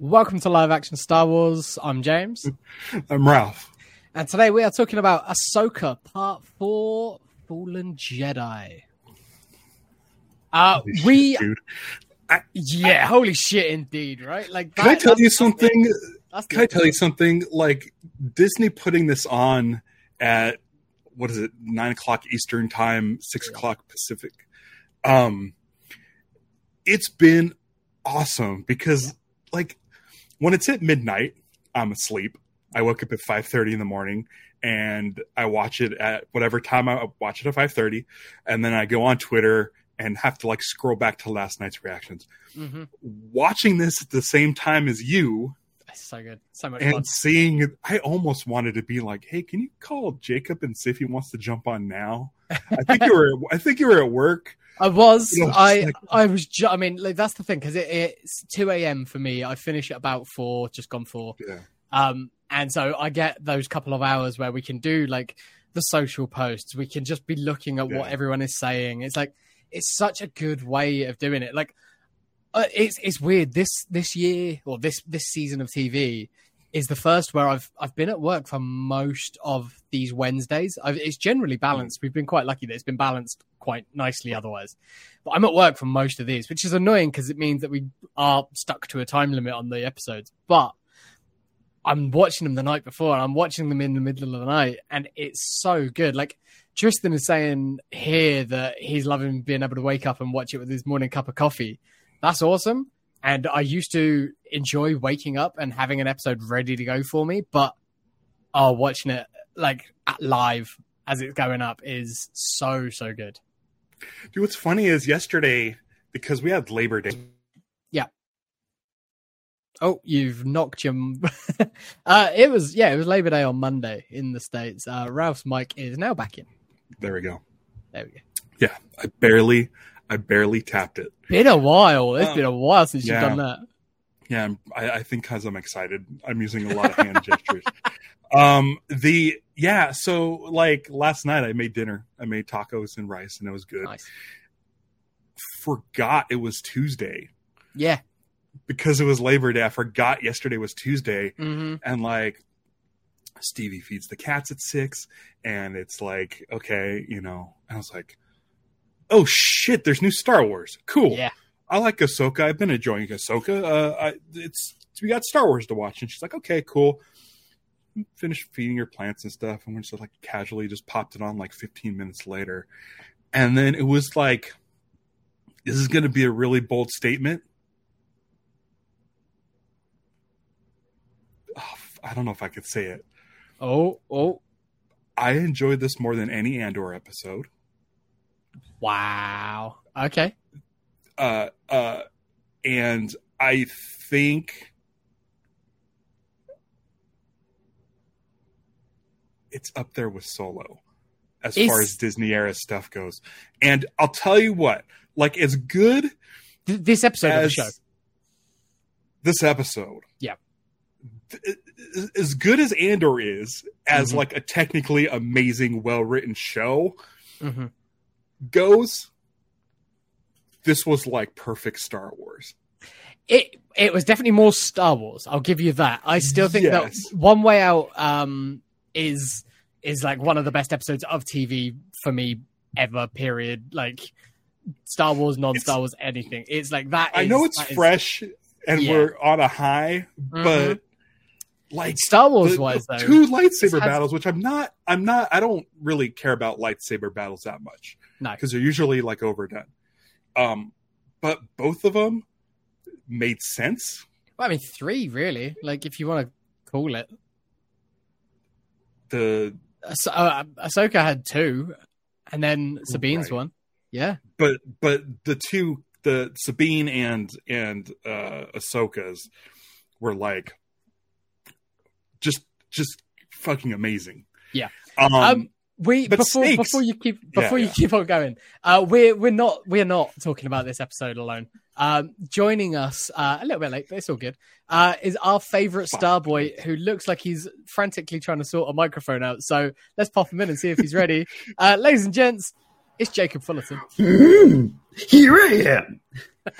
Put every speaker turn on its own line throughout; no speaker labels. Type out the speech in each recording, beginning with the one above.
Welcome to Live Action Star Wars. I'm James,
I'm Um, Ralph.
and today we are talking about Ahsoka Part 4 Fallen Jedi. Uh,
Holy shit,
we,
dude.
yeah, holy shit, indeed, right? Like,
Can I
that-
tell you
that's-
something?
that's the-
Can I tell you something? Like Disney putting this on at what is it? Nine o'clock Eastern time, six
Yeah.
o'clock Pacific. Um, it's been awesome because like when it's at midnight, I'm asleep. I woke up at five thirty in the morning and I watch it at whatever time I watch it at five thirty, and then I go on Twitter and have to like scroll back to last night's reactions.
Mhm.
Watching this at the same time as you
It's so good. So much fun.
and seeing it, I almost wanted to be like, "Hey, can you call Jacob and see if he wants to jump on now?" I think you were. I think you were at work.
I was.
You know, just
I
like-
I was. Ju- I mean, like, that's the thing because it, it's two a.m. for me. I finish at about four, just gone four.
Yeah.
Um, and so I get those couple of hours where we can do like the social posts. We can just be looking at what
Yeah.
everyone is saying. It's like it's such a good way of doing it. Like uh, it's it's weird this this year or this this season of TV is the first where I've I've been at work for most of these Wednesdays. I've, it's generally balanced. We've been quite lucky that it's been balanced quite nicely otherwise. But I'm at work for most of these, which is annoying because it means that we are stuck to a time limit on the episodes. But I'm watching them the night before and I'm watching them in the middle of the night and it's so good. Like Tristan is saying here that he's loving being able to wake up and watch it with his morning cup of coffee. That's awesome. And I used to enjoy waking up and having an episode ready to go for me, but oh, watching it like at live as it's going up is so so good.
Dude, what's funny is yesterday because we had Labor Day.
Oh, you've knocked your. uh, it was yeah, it was Labor Day on Monday in the states. Uh, Ralph's mic is now back in.
There we go.
There we go.
I barely, I barely tapped it.
Been a while. It's
Um,
been a while since
yeah.
you've done that.
Yeah, I'm, I, I think because I'm excited, I'm using a lot of hand gestures. Um, the yeah, so like last night I made dinner. I made tacos and rice, and it was good.
Nice.
Forgot it was Tuesday
Yeah.
because it was Labor Day. I forgot yesterday was Tuesday,
hmm
and like Stevie feeds the cats at six, and it's like okay, you know. And I was like, oh shit, there's new Star Wars. Cool.
Yeah.
I like Ahsoka. I've been enjoying Ahsoka. Uh, I, it's we got Star Wars to watch, and she's like, okay, cool. Finished feeding her plants and stuff, and we just like casually just popped it on like 15 minutes later, and then it was like, this is going to be a really bold statement. Oh, f- I don't know if I could say it.
Oh. Oh.
I enjoyed this more than any Andor episode.
Wow. Okay.
uh, uh, and I think it's up there with Solo as
Is-
far as Disney era stuff goes. And I'll tell you what, like as good
Th- this episode of the
as
show.
this episode,
Yeah.
th- as good as Andor is as
Mhm.
like a technically amazing, well written show
hmm
goes. This was like perfect Star Wars.
It it was definitely more Star Wars. I'll give you that. I still think
Yes.
that One Way Out um, is is like one of the best episodes of TV for me ever. Period. Like Star Wars, non Star Wars, anything. It's like that.
I
is-
know it's
that is-
fresh and
Yeah.
we're on a high,
Mhm.
but like
Star
the-
Wars
the
wise though.
two
It's
lightsaber
had-
battles, which I'm not, I'm not, I don't really care about lightsaber battles that much
No.
because they're usually like overdone. Um, but both of them made sense.
Well, I mean, three really. Like if you want to call it.
The
Ah- So, uh, Ahsoka had two, and then Sabine's
Right.
one. Yeah.
but but the two, the Sabine and and uh, Ahsoka's were like just just fucking amazing.
Yeah.
Um,
Um, We
But
before
snakes-
before you keep
Yeah,
before you
yeah.
keep on going, uh, we're we're not we're not talking about this episode alone. Um, joining us uh, a little bit late, but it's all good. Uh, is our favorite
Fuck.
Starboy who looks like he's frantically trying to sort a microphone out. So let's pop him in and see if he's ready. uh, ladies and gents, it's Jacob Fullerton.
Mm-hmm. Hmm, here I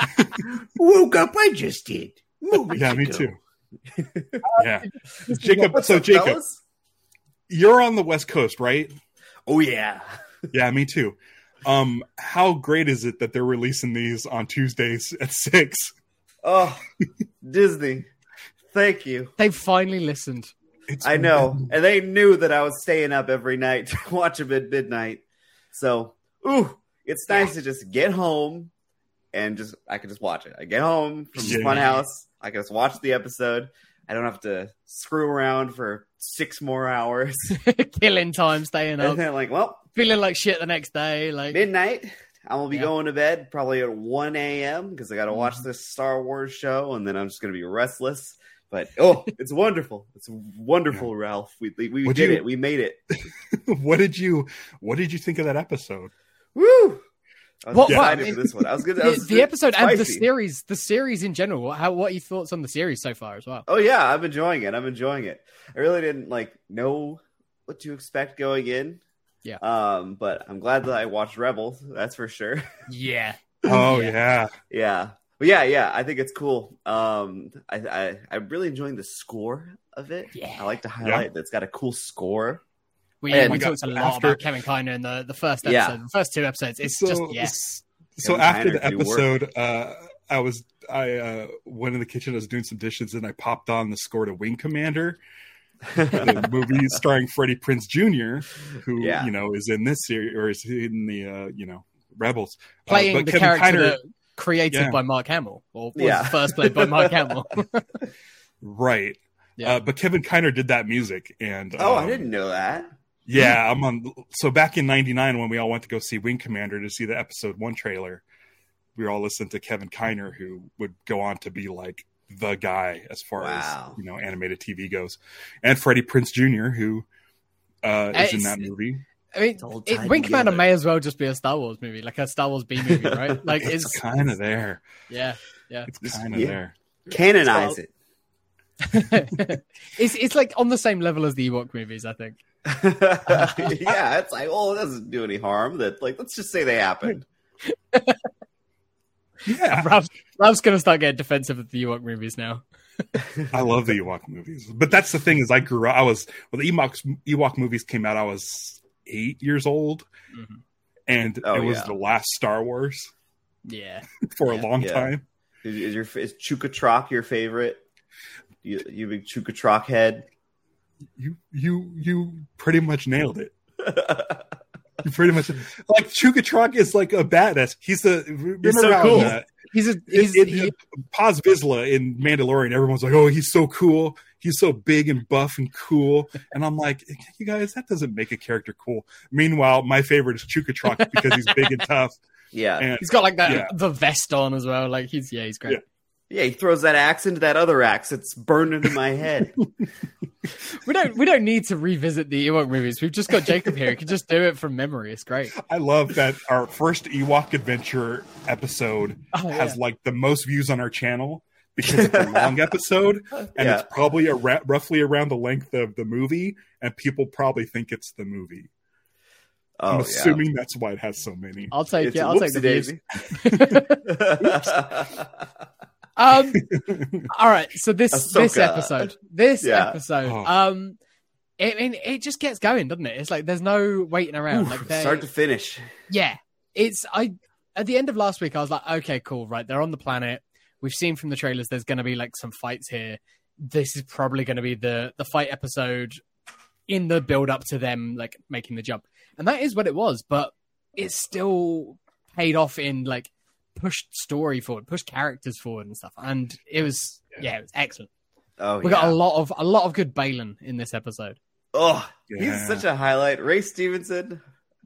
am. Woke up, I just did. Moving
Yeah,
to
me
go.
too. Yeah.
This is
Jacob,
what's
so
up,
Jacob.
fellas?
You're on the West Coast, right?
Oh yeah.
Yeah, me too. Um, how great is it that they're releasing these on Tuesdays at six?
Oh, Disney. Thank you.
They finally listened.
It's
I know. And they knew that I was staying up every night to watch them at midnight. So, ooh, it's nice to just get home and just, I can just watch it. I get home from
Yeah.
Funhouse. I can just watch the episode. I don't have to screw around for six more hours.
Killing time, staying
and
Uh-huh.
up,
then, like, well,
feeling like shit the next day. Like
midnight. I will be
Yeah. Mm-hmm.
going to bed probably at 1 a.m. because I got to watch this Star Wars show and then I'm just going to be restless. But oh, it's wonderful. It's wonderful, Ralph. We, we, we
Would
did
you-
it. We made it.
what did you What did you think of that episode?
Woo! I was
What-
excited
what-
for this one. I was good. I
the,
was
the episode and the
spicy.
series, the series in general. What- How what are your thoughts on the series so far as well?
Oh yeah, I'm enjoying it. I'm enjoying it. I really didn't like know what to expect going in.
Yeah.
Um, but I'm glad that I watched Rebels. That's for sure.
Yeah,
Oh
Yeah.
yeah,
yeah. But yeah, yeah. I think it's cool. Um, I I I'm really enjoying the score of it.
Yeah.
I like to highlight that it's got a cool score.
we,
And-
we
Oh my
talked a
God,
lot
after-
about Kevin Kiner in the the first
Yeah.
episode, the first two episodes. It's just yeah,
So
Kevin
after
Kiner
the
do work.
episode, uh, I was I uh, went in the kitchen. I was doing some dishes, and I popped on the score to Wing Commander,
Oh,
the movie starring Freddie Prince Jr., who
Yeah.
you know is in this series or is in the uh, you know Rebels Uh,
playing
but
the
Kevin
character
Kiner-
that created
Yeah.
by Mark Hamill or was
Yeah.
first played by Mark Hamill.
right?
Yeah.
Uh, but Kevin Kiner did that music, and
oh, I
um,
didn't know that.
Yeah, I'm on. So back in '99, when we all went to go see Wing Commander to see the episode one trailer, we were all listening to Kevin Kiner, who would go on to be like the guy as far
Wow.
as you know animated TV goes, and Freddie Prince Jr., who uh, is in
It's-
that movie.
I mean,
It's all
it,
tied
Wing Commander
together.
may as well just be a Star Wars movie, like a Star Wars B movie, right? Like
it's,
it's,
kind of there.
yeah,
It's
This-
kind of
yeah.
there.
Canonize
So-
it.
it's it's like on the same level as the Ewok movies, I think.
yeah, it's like, oh, it doesn't do any harm. That like, let's just say they happened.
Yeah,
Ralph's, Ralph's gonna start getting defensive of the Ewok movies now.
I love the Ewok movies, but that's the thing is I grew up. I was well, the Ewok Ewok movies came out. I was eight years old,
Mhm.
and
Oh,
it was
yeah.
the last Star Wars
Yeah,
for
Yeah.
a long
Yeah.
time.
Is, is your is Chukatrok your favorite? You, you big Chukatrok head.
you you you pretty much nailed it. You pretty much like Chugatrok is like a badass. He's the remember
so
how,
cool.
uh,
he's a he's
in,
he-
in, Paz Vizsla in Mandalorian. Everyone's like, oh, he's so cool. He's so big and buff and cool. And I'm like, you guys, that doesn't make a character cool. Meanwhile, my favorite is Chugatrok because he's big and tough.
yeah,
And
he's got like that
Yeah.
the vest on as well. Like he's yeah, he's great.
yeah. He throws that axe into that other axe. It's burned into my head.
We don't we don't need to revisit the Ewok movies. We've just got Jacob here. He can just do it from memory. It's great.
I love that our first Ewok adventure episode
Oh,
has like the most views on our channel because it's a long episode and
Yeah.
it's probably a ra- roughly around the length of the movie and people probably think it's the movie
Oh,
i'm
yeah.
assuming that's why it has so many
I'll take
It's
it.
a
I'll take the
whoopsie
views.
daisy.
Um, all right. So this this
Ahsoka.
episode, this
Yeah.
episode,
Oh.
um, I mean, it just gets going, doesn't it? It's like there's no waiting around.
Oof,
like they,
start to finish.
yeah, it's I at the end of last week I was like, okay, cool, right? They're on the planet. We've seen from the trailers there's going to be like some fights here. This is probably going to be the the fight episode in the build up to them like making the jump, and that is what it was. But it's still paid off in like pushed story forward, pushed characters forward and stuff. And it was yeah, it was excellent.
Oh,
We
yeah.
got a lot of a lot of good Balin in this episode.
oh,
Yeah.
he's such a highlight. Ray Stevenson.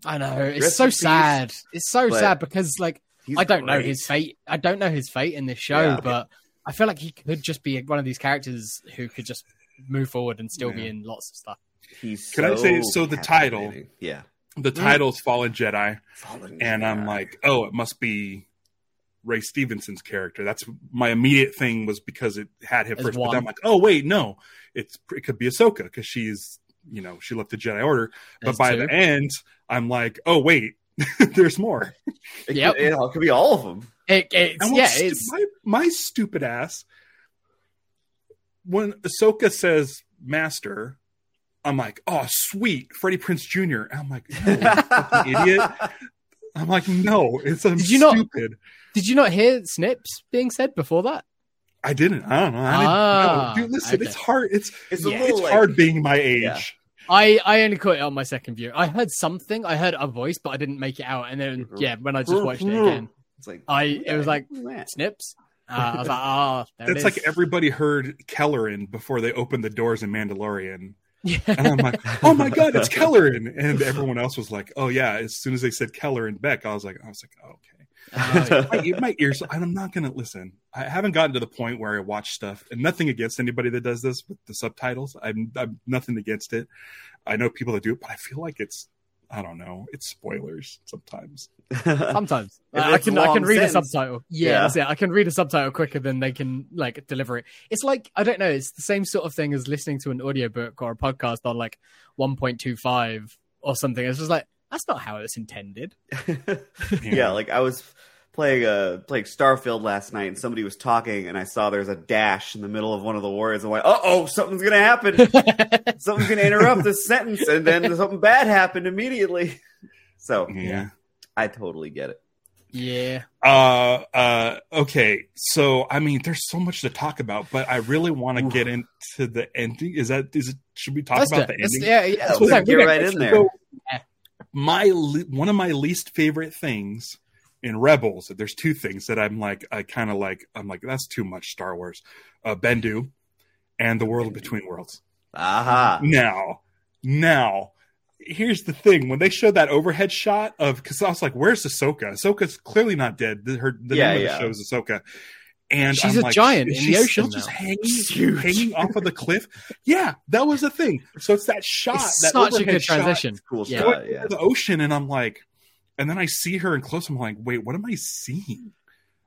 I know it's
Rest
so
in peace.
sad. It's so
But-
sad because like
He's
I don't know
great.
his fate. I don't know his fate in this show,
Yeah.
but I feel like he could just be one of these characters who could just move forward and still be
Yeah.
in lots of stuff.
He's
Can I say- so the title-
captivating. Yeah.
the title's fallen jedi
Fallen
and i'm
Jedi.
like oh it must be ray stevenson's character that's my immediate thing was because it had him
As
first but
one.
then i'm like oh wait no it's it could be ahsoka because she's you know she left the jedi order but
There's
by
two.
the end i'm like oh wait there's more
it,
Yep.
could, it could be all of them.
it, it's
And what
yeah,
stu-
it's
my, my stupid ass when Ahsoka says master, I'm like, oh sweet, Freddie Prince Jr. I'm like, no, you fucking idiot. I'm like, no, it's I'm
Did you not-
stupid.
Did you not hear Snips being said before that?
I didn't. I don't know. I didn't
Ah,
know. Dude, listen,
okay.
it's hard. It's
It's a
Yeah.
little
it's
like-
hard being my age.
Yeah.
I I only caught it on my second view. I heard something. I heard a voice, but I didn't make it out. And then yeah, when I just watched it again,
It's like
I it was like
that.
Snips. Uh, I was like, ah, oh,
That's like everybody heard Kellerin before they opened the doors in Mandalorian.
Yeah.
And I'm like, oh my god, it's Kellerin. And everyone else was like, oh yeah. As soon as they said Kellerin Beck, I was like, I was like, oh, okay.
Oh, yeah.
my, ear- my ears. I'm not gonna listen. I haven't gotten to the point where I watch stuff, and nothing against anybody that does this with the subtitles. I'm, I'm nothing against it. I know people that do it, but I feel like it's I don't know. It's spoilers sometimes.
Sometimes
If
I I
it's
can I can
long
read a
sentence.
subtitle. Yeah,
Yeah.
that's it. I can read a subtitle quicker than they can like deliver it. It's like I don't know. It's the same sort of thing as listening to an audiobook or a podcast on like 1.25 or something. It's just like that's not how it's intended.
Yeah.
yeah, like I was playing uh playing Starfield last night, and somebody was talking, and I saw there was a dash in the middle of one of the words. I'm like, uh oh, something's gonna happen. something's gonna interrupt this sentence, and then something bad happened immediately. So
Yeah.
I totally get it.
yeah,
Uh, uh, okay. So I mean, there's so much to talk about, but I really want to get into the ending. Is that is it? Should we talk
Let's
about
do it.
the
Let's-
ending?
yeah, yeah.
Yeah,
that's what
let's
I'm
get
saying.
right in there.
So,
Yeah.
my le- one of my least favorite things in Rebels, there's two things that I'm like, I kind of like, I'm like, that's too much Star Wars. Uh, Bendu and the World Between Worlds.
Aha.
Now, now, here's the thing: when they showed that overhead shot of, because I was like, "Where's Ahsoka? Ahsoka's clearly not dead. The, her, the
Yeah,
name
yeah.
of the show is Ahsoka." And
She's
I'm
a
like,
giant
"Is
in
she
the
still
ocean
just
now."
hanging,
Huge.
hanging off of the cliff. Yeah, that was the thing. So it's that shot.
It's
that
such a
overhead
good
shot
transition.
Cool
Yeah.
shot.
going
Yeah.
into the ocean, and I'm like, and then I see her in close. I'm like, wait, what am I seeing?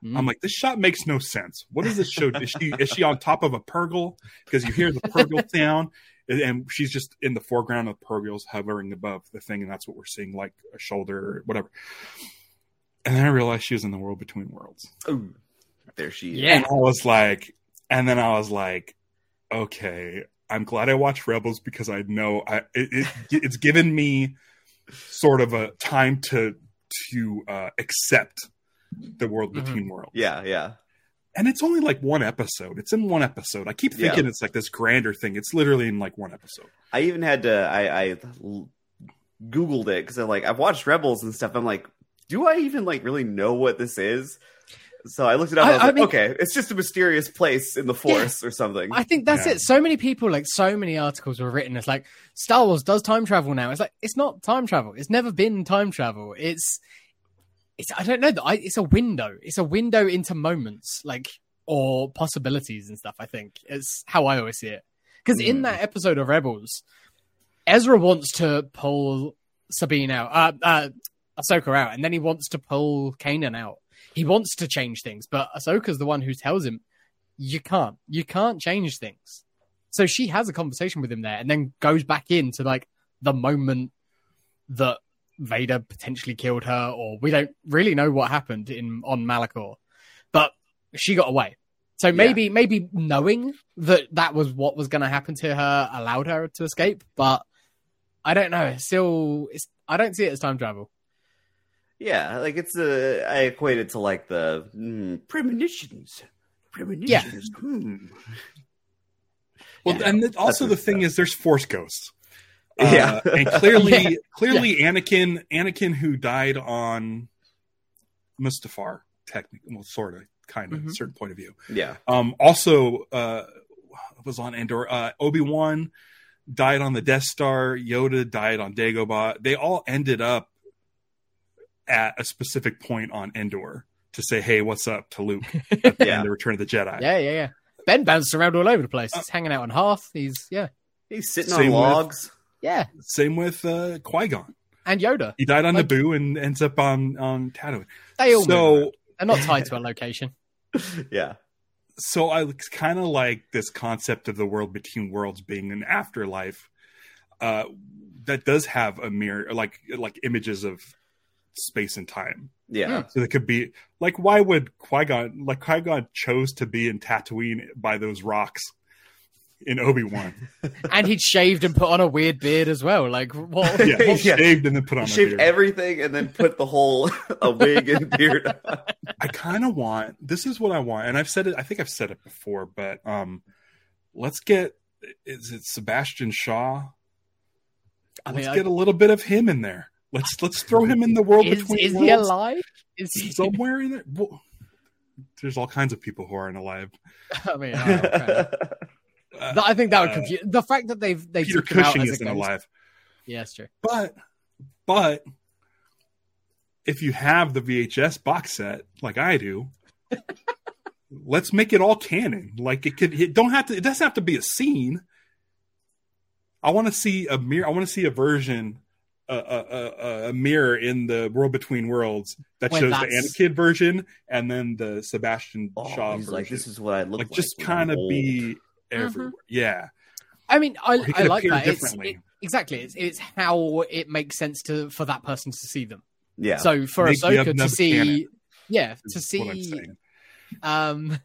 Mm.
I'm like, this shot makes no sense. What is this show? is she is she on top of a pergol? Because you hear the pergol sound, and- and she's just in the foreground of the pergols hovering above the thing, and that's what we're seeing, like a shoulder or whatever. And then I realized she was in the world between worlds.
Ooh, there she is.
Yeah.
And I was like, and then I was like, okay, I'm glad I watched Rebels because I know I it, it it's given me sort of a time to to uh, accept the world
Mhm.
between worlds.
Yeah. Yeah.
And it's only like one episode. It's in one episode. I keep
Yeah.
thinking it's like this grander thing. It's literally in like one episode.
I even had to. I, I l- googled it because I'm like I've watched Rebels and stuff. I'm like, do I even like really know what this is? So I looked it up.
I-
I, was
I
like,
mean-
okay, it's just a mysterious place in the forest or something.
I think that's
Yeah.
it. So many people, like so many articles were written. It's like Star Wars does time travel now. It's like it's not time travel. It's never been time travel. It's it's I don't know. I, it's a window. It's a window into moments, like or possibilities and stuff. I think it's how I always see it. Because in
Hmm.
that episode of Rebels, Ezra wants to pull Sabine out, uh, uh, Ahsoka out, and then he wants to pull Kanan out. He wants to change things, but Ahsoka's the one who tells him, "You can't, you can't change things." So she has a conversation with him there, and then goes back into like the moment that Vader potentially killed her, or we don't really know what happened in on Malachor, but she got away. So maybe maybe knowing that that was what was going to happen to her allowed her to escape, but I don't know. It's still, it's I don't see it as time travel.
yeah, like it's a. I equate it to like the mm, premonitions. Premonitions. Hmm.
Well,
Yeah.
and then also
what
the
it's
thing is, there's Force ghosts.
Yeah.
Uh, and clearly,
Yeah.
clearly, Anakin, Anakin, who died on Mustafar, technically, well, sort of, kind of,
Mm-hmm.
Mhm.
certain point of view.
Yeah.
Um, also, uh, was on Endor. Uh, Obi Wan died on the Death Star. Yoda died on Dagobah. They all ended up at a specific point on Endor to say, "Hey, what's up?" to Luke at the
Yeah.
end of Return of the Jedi.
Yeah, yeah, yeah. Ben bounced around all over the place. He's hanging out on Hearth. He's yeah,
He's sitting
Same with-
on logs.
yeah,
Same with uh, Qui Gon.
and Yoda.
He died on
Like-
Naboo and ends up on on Tatooine.
They all
so.
so they're not tied to a location.
yeah.
so I kind of like this concept of the world between worlds being an afterlife uh, that does have a mirror, like like images of space and time.
Yeah.
Hmm.
So that could be like, why would Qui Gon like Qui Gon chose to be in Tatooine by those rocks? in Obi Wan.
and he'd shaved and put on a weird beard as well. Like what?
Yeah, he
Yeah.
shaved and then put on a
Shaved
beard.
everything and then put the whole a wig and beard. on.
I kind of want this is what I want, and I've said it. I think I've said it before, but um, let's get is it Sebastian Shaw?
I mean,
let's
I-
get a little bit of him in there. Let's let's throw him in the world
Is,
between
is he
worlds
alive? Is he?
somewhere in there. Well, there's all kinds of people who aren't alive.
I mean, oh, okay.
Uh,
That- I think that would
Uh,
confuse the fact that they've they
Peter
took him out
Cushing
as a
isn't
ghost-
alive,
Yeah, that's true.
but but if you have the VHS box set like I do. Let's make it all canon. Like it could. It don't have to. It doesn't have to be a scene. I want to see a mirror. I want to see a version, a, a, a, a mirror in the world between worlds that
When
shows
that's-
the Anakid version and then the Sebastian
Oh,
Shaw
he's
version.
like, this is what I look
like,
like.
just
when
kind of
I'm old." Mm-hmm.
be everywhere. Yeah,
I mean, I,
Or he
I
could
like
appear
that. It's,
differently.
it- exactly. It's, it's how it makes sense to for that person to see them.
Yeah.
So for
Make the
Ahsoka to
Abnub
see,
canon,
yeah, to
is what I'm
see,
saying.
um,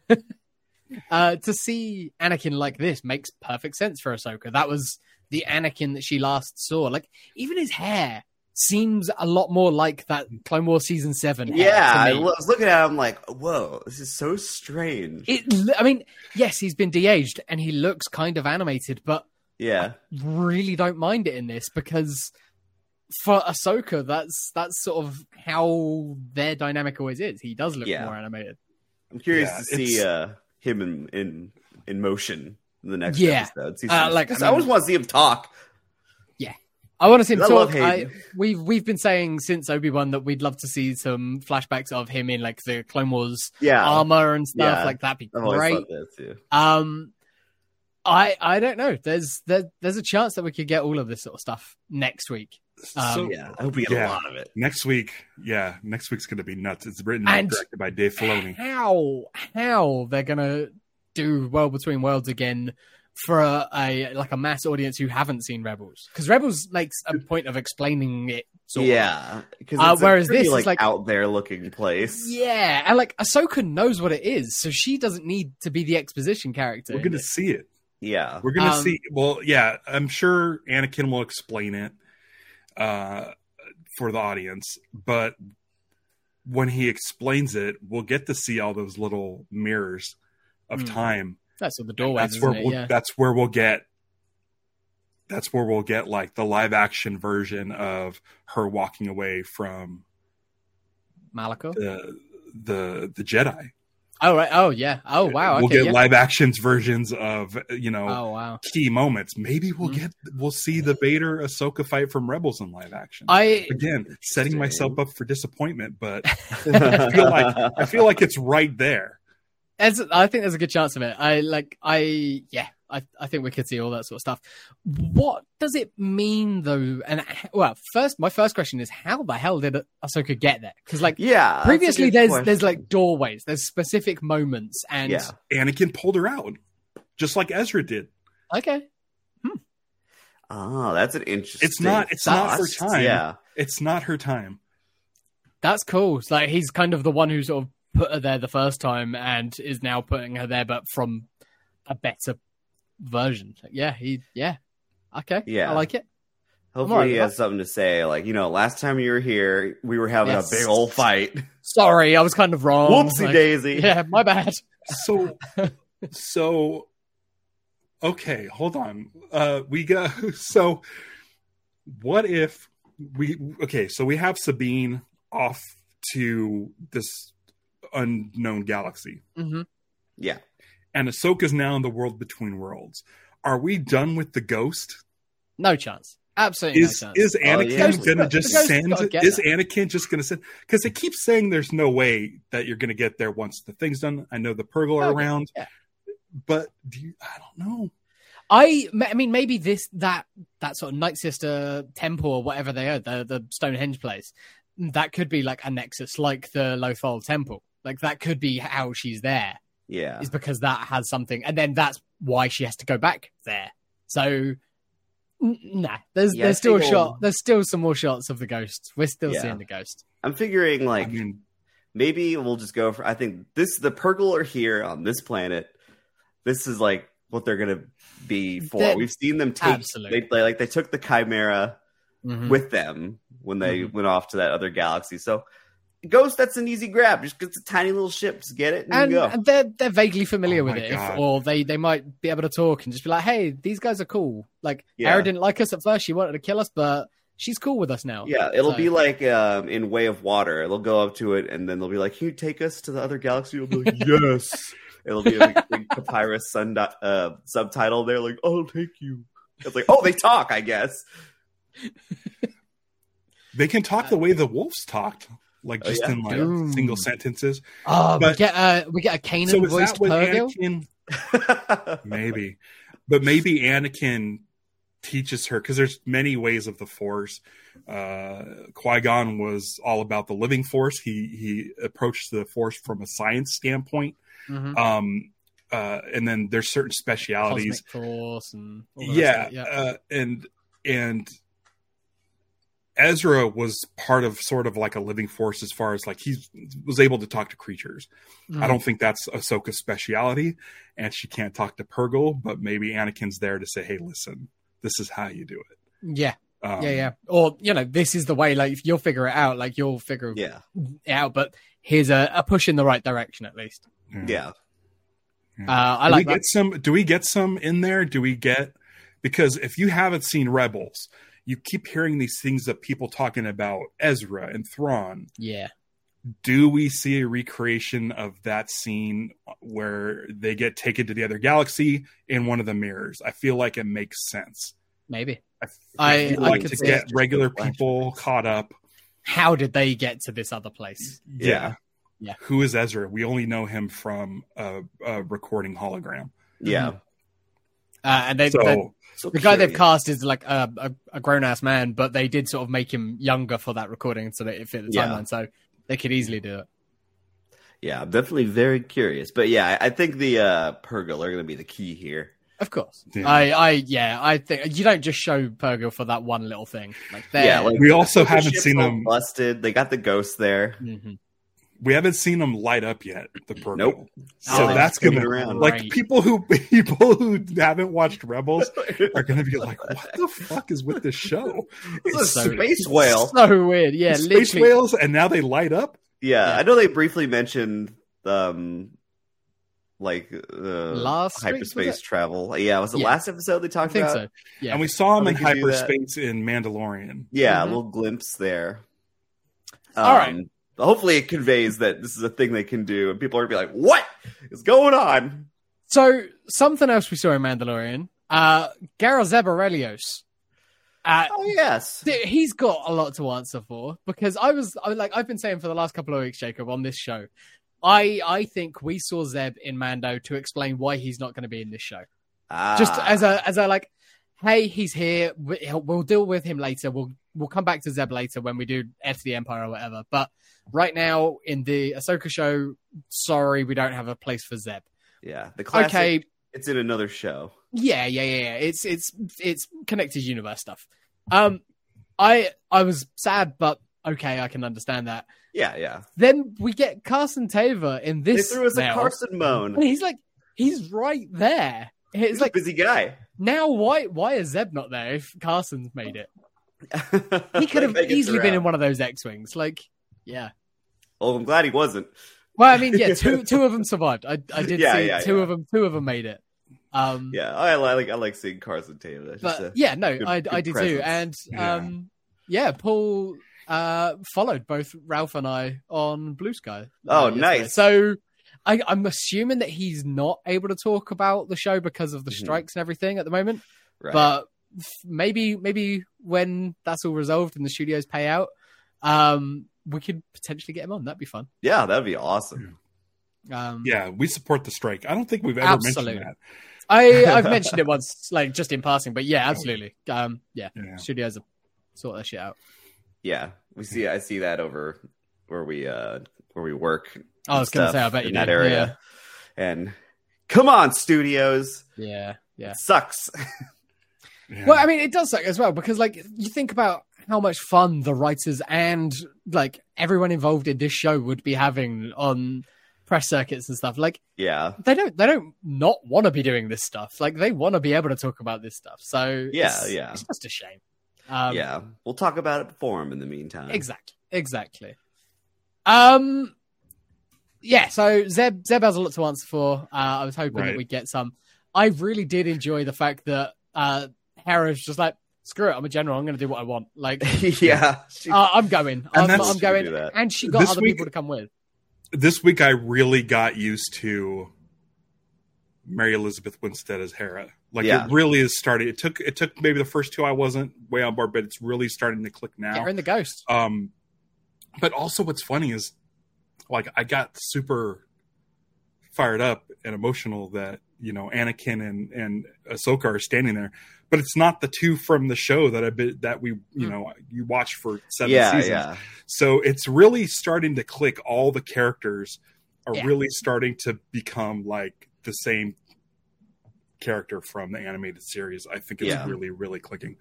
uh, to see Anakin like this makes perfect sense for Ahsoka. That was the Anakin that she last saw. Like even his hair seems a lot more like that Clone Wars season seven. hair
yeah,
to
I
me.
lo- I was looking at him like, whoa, this is so strange.
It, l- I mean, yes, he's been de-aged and he looks kind of animated, but
yeah.
really don't mind it in this because for Ahsoka, that's that's sort of how their dynamic always is. He does look
Yeah.
more animated.
I'm curious
Yeah,
to see
it's-
uh, him in, in in motion in the next
Yeah.
episode.
Uh, like,
I,
I mean-
always want to see him talk.
I want to see him
I love
talk. I,
Hayden.
we've we've been saying since Obi Wan that we'd love to see some flashbacks of him in like the Clone Wars
yeah,
armor and stuff.
yeah.
Like that'd be
I've always
great.
thought that too.
Um, I I don't know. There's there, there's a chance that we could get all of this sort of stuff next week. Um,
so
Yeah, I hope we get
Yeah.
a lot of it.
next week, yeah, next week's gonna be nuts. It's written
And-
and directed by Dave Filoni.
how how they're gonna do World Between Worlds again for a, a like a mass audience who haven't seen Rebels because Rebels makes a point of explaining it. Sort of.
Yeah, because
Uh, whereas this is
like,
like-
out there looking place.
Yeah, and like Ahsoka knows what it is, so she doesn't need to be the exposition character.
We're
in
gonna
this.
see it.
yeah,
We're gonna
Um,
see. Well, yeah, I'm sure Anakin will explain it uh, for the audience, but when he explains it, we'll get to see all those little mirrors of
Hmm.
time.
that's what the doorway.
That's where
isn't it?
we'll.
Yeah.
That's where we'll get. That's where we'll get like the live action version of her walking away from
Malachor.
the the the Jedi.
Oh right. Oh yeah. Oh wow.
we'll
okay.
get
yeah.
live actions versions of you know
oh wow.
key moments. Maybe we'll
Mhm.
get we'll see the Vader Ahsoka fight from Rebels in live action.
I
Again, setting
Interesting.
myself up for disappointment, but I feel like I feel like it's right there.
As, I think there's a good chance of it. I like I yeah. I I think we could see all that sort of stuff. What does it mean though? And well, first my first question is how the hell did Ahsoka get there? Because like
yeah. that's a
previously
good
there's
question.
there's like doorways, there's specific moments, and
yeah.
Anakin pulled her out, just like Ezra did.
okay,
Oh, that's an interesting.
It's not. It's not her
thought.
time.
Yeah,
It's not her time.
that's cool. It's like he's kind of the one who sort of put her there the first time and is now putting her there, but from a better version. Like, yeah, he yeah, okay,
Yeah.
I like it.
hopefully
right
he
with
has something to say. Like you know, last time you were here, we were having
Yes.
a big old fight.
Sorry, I was kind of wrong.
Whoopsie
Like,
daisy.
Yeah, my bad.
So, so okay, hold on. Uh, we go. So, what if we? Okay, so we have Sabine off to this unknown galaxy.
hmm
yeah.
and Ahsoka's now in the world between worlds. Are we done with the ghost?
No chance. Absolutely
Is
no chance.
is
yeah.
Anakin
The ghost-
gonna
the
just
ghost
send?
gotta get
Is
that.
Anakin just gonna send? Because they keep saying there's no way that you're gonna get there once the thing's done. I know the Purgle are
Okay,
around,
yeah.
but do you, I don't know.
I, I mean, maybe this that that sort of Night Sister temple or whatever they are, the the Stonehenge place, that could be like a nexus, like the Lothal temple. Like that could be how she's there,
Yeah.
is because that has something, and then that's why she has to go back there. So, n- nah, there's
Yeah, I
there's still a
think
shot.
we'll-
There's still some more shots of the ghost. We're still
Yeah.
seeing the ghost.
I'm figuring
I
like
mean,
maybe we'll just go for I think this the Purgle are here on this planet. This is like what they're gonna be for.
That-
We've seen them take
Absolutely.
they, they- like they took the Chimera
Mhm.
with them when they
Mhm.
went off to that other galaxy. So Ghost, that's an easy grab. Just it's a tiny little ship. Just get it and,
and,
you go.
and they're they're vaguely familiar
Oh
with
my
it,
God.
if, or they they might be able to talk and just be like, "Hey, these guys are cool." Like,
Yeah.
Ara didn't like us at first; she wanted to kill us, but she's cool with us now.
yeah, it'll
So-
be like um, in Way of Water. They'll go up to it and then they'll be like, "Can you take us to the other galaxy?" We'll be like,
yes.
It'll be a big, big papyrus sun uh, subtitle. They're like, "I'll take you." It's like, oh, they talk. I guess.
They can talk the way the wolves talked, like
Oh,
just
yeah.
in like
Ooh.
single sentences.
Oh, we
But-
get a we get a Kanan
So is
voiced
that what
Pergil.
Anakin?
yeah,
Maybe, but maybe Anakin teaches her because there's many ways of the Force. Uh, Qui Gon was all about the living Force. He he approached the Force from a science standpoint.
Mhm.
Um, uh, and then there's certain specialities
Cosmic Force and all the rest
yeah,
of it, yeah.
Uh, and and ezra was part of sort of like a living force as far as like he was able to talk to creatures i
Mhm.
don't think that's ahsoka's speciality and she can't talk to purgle but maybe anakin's there to say hey listen this is how you do it
Mm-hmm. Yeah,
um,
yeah, yeah. Or you know, this is the way. Like you'll figure it out. Like you'll figure it out. But here's a, a push in the right direction at least.
yeah.
Uh, I
do
like
we
that.
get some do we get some in there do we get because if you haven't seen rebels you keep hearing these things that people talking about ezra and thrawn
yeah,
do we see a recreation of that scene where they get taken to the other galaxy in one of the mirrors? I feel like it makes sense.
maybe.
I,
I-
feel
I
like
could
to
see
get
it.
regular people caught up.
How did they get to this other place?
Yeah.
Yeah.
Yeah.
Who is Ezra? We only know him from a, a recording hologram. Mm-hmm.
Yeah.
Mm. Uh, and they,
so
they
So
the guy they've
curious.
cast is like a, a, a grown ass man, but they did sort of make him younger for that recording so that it fit the
Yeah.
timeline. So they could easily do it.
Yeah, I'm definitely very curious. But yeah, I I think the uh, Purgle are going to be the key here.
Of course.
Yeah.
I, I, yeah, I think you don't just show Pergil for that one little thing. Like, there.
Yeah, like-
we also
The
haven't
ship's
seen
all
him.
busted. They got the ghost there.
Mhm.
We haven't seen him light up yet. The Purgle.
Nope.
So
Oh,
that's
coming
gonna
around.
like
Right.
people who people who haven't watched Rebels are gonna be like, what the fuck is with this show?
It's a
So-
space whale.
So weird. Yeah,
space
literally.
whales, and now they light up.
Yeah,
Yeah.
I know they briefly mentioned um like the
Last week, was
hyperspace
it?
travel. Yeah, was the
Yeah.
last episode they
I
talked
think
about?
so. Yeah.
And we saw him
Oh,
in
they could do that.
hyperspace in Mandalorian.
Yeah,
Mhm.
a little glimpse there. Um,
All right.
Hopefully, it conveys that this is a thing they can do, and people are gonna be like, "What is going on?"
So something else we saw in Mandalorian, uh, Gareth Zebarelios. Uh,
Oh yes,
Th- he's got a lot to answer for because I was I was like I've been saying for the last couple of weeks, Jacob, on this show. I I think we saw Zeb in Mando to explain why he's not going to be in this show. Just
Ah,
as a as a like, hey, he's here. we- he'll- We'll deal with him later. We'll we'll come back to Zeb later when we do F the Empire or whatever. But right now in the Ahsoka show, sorry, we don't have a place for Zeb.
yeah, the classic.
Okay,
It's in another show.
yeah, yeah, yeah, yeah. It's it's it's connected universe stuff. Um, I I was sad, but okay, I can understand that.
Yeah, yeah.
Then we get Carson Taver in
They
this.
threw us a
now,
Carson moan.
and he's like, he's right there. It's
He's
like
a busy guy.
now, why why is Zeb not there if Carson's made it? He could have easily been in one of those X wings. Like, yeah.
Oh, I'm glad he wasn't.
Well, I mean, yeah, two two of them survived. I I did
Yeah,
see
yeah,
two
yeah.
of them. Two of them made it. Um,
Yeah, I, li- I like I like seeing Carson Taylor. That's just
but
a-
yeah, no,
good-
I, I
good
do too.
presence.
And
Yeah.
um, yeah. Paul uh, followed both Ralph and I on Blue Sky.
Oh,
uh, yesterday.
nice.
So I, I'm assuming that he's not able to talk about the show because of the
Mhm.
strikes and everything at the moment.
right.
But maybe, maybe when that's all resolved and the studios pay out, um, we could potentially get him on. That'd be fun.
yeah, that'd be awesome.
Um,
Yeah, we support the strike. I don't think we've ever
Absolutely.
mentioned
I, I've mentioned it once, like just in passing, but yeah, absolutely. Um, yeah,
that. Yeah.
studios are sort that shit out.
Yeah, we see. I see that over where we uh where we work.
I was going to
stuff
say, I bet you
in that
do. Yeah.
area. And come on, studios,
Yeah, yeah.
it sucks.
yeah.
Well, I mean, it does suck as well because, like, you think about how much fun the writers and like everyone involved in this show would be having on press circuits and stuff. Like
Yeah.
they don't they don't not want to be doing this stuff. Like they want to be able to talk about this stuff. So
Yeah,
it's,
yeah.
it's just a shame. Um,
yeah. We'll talk about it before him in the meantime.
exactly, exactly. Um, yeah. So Zeb Zeb has a lot to answer for. Uh, I was hoping that
Right.
we get some. I really did enjoy the fact that uh, Hera's just like, screw it, I'm a general. I'm going to do what I want. Like,
yeah. She-
uh, I'm going. I'm,
that's-
I'm going.
She do that.
And she got
This
other
week-
people to come with.
This week, I really got used to Mary Elizabeth Winstead as Hera. Like
Yeah.
it really is starting. It took it took maybe the first two I wasn't way on board, but it's really starting to click now.
Get her in the ghost.
Um, but also, what's funny is, like, I got super fired up and emotional that you know Anakin and and Ahsoka are standing there, but it's not the two from the show that I been that we you
Mm.
know you watch for seven
yeah.
seasons.
Yeah.
So it's really starting to click. All the characters are
Yeah.
really starting to become like the same character from the animated series. I think it's
Yeah.
really, really clicking.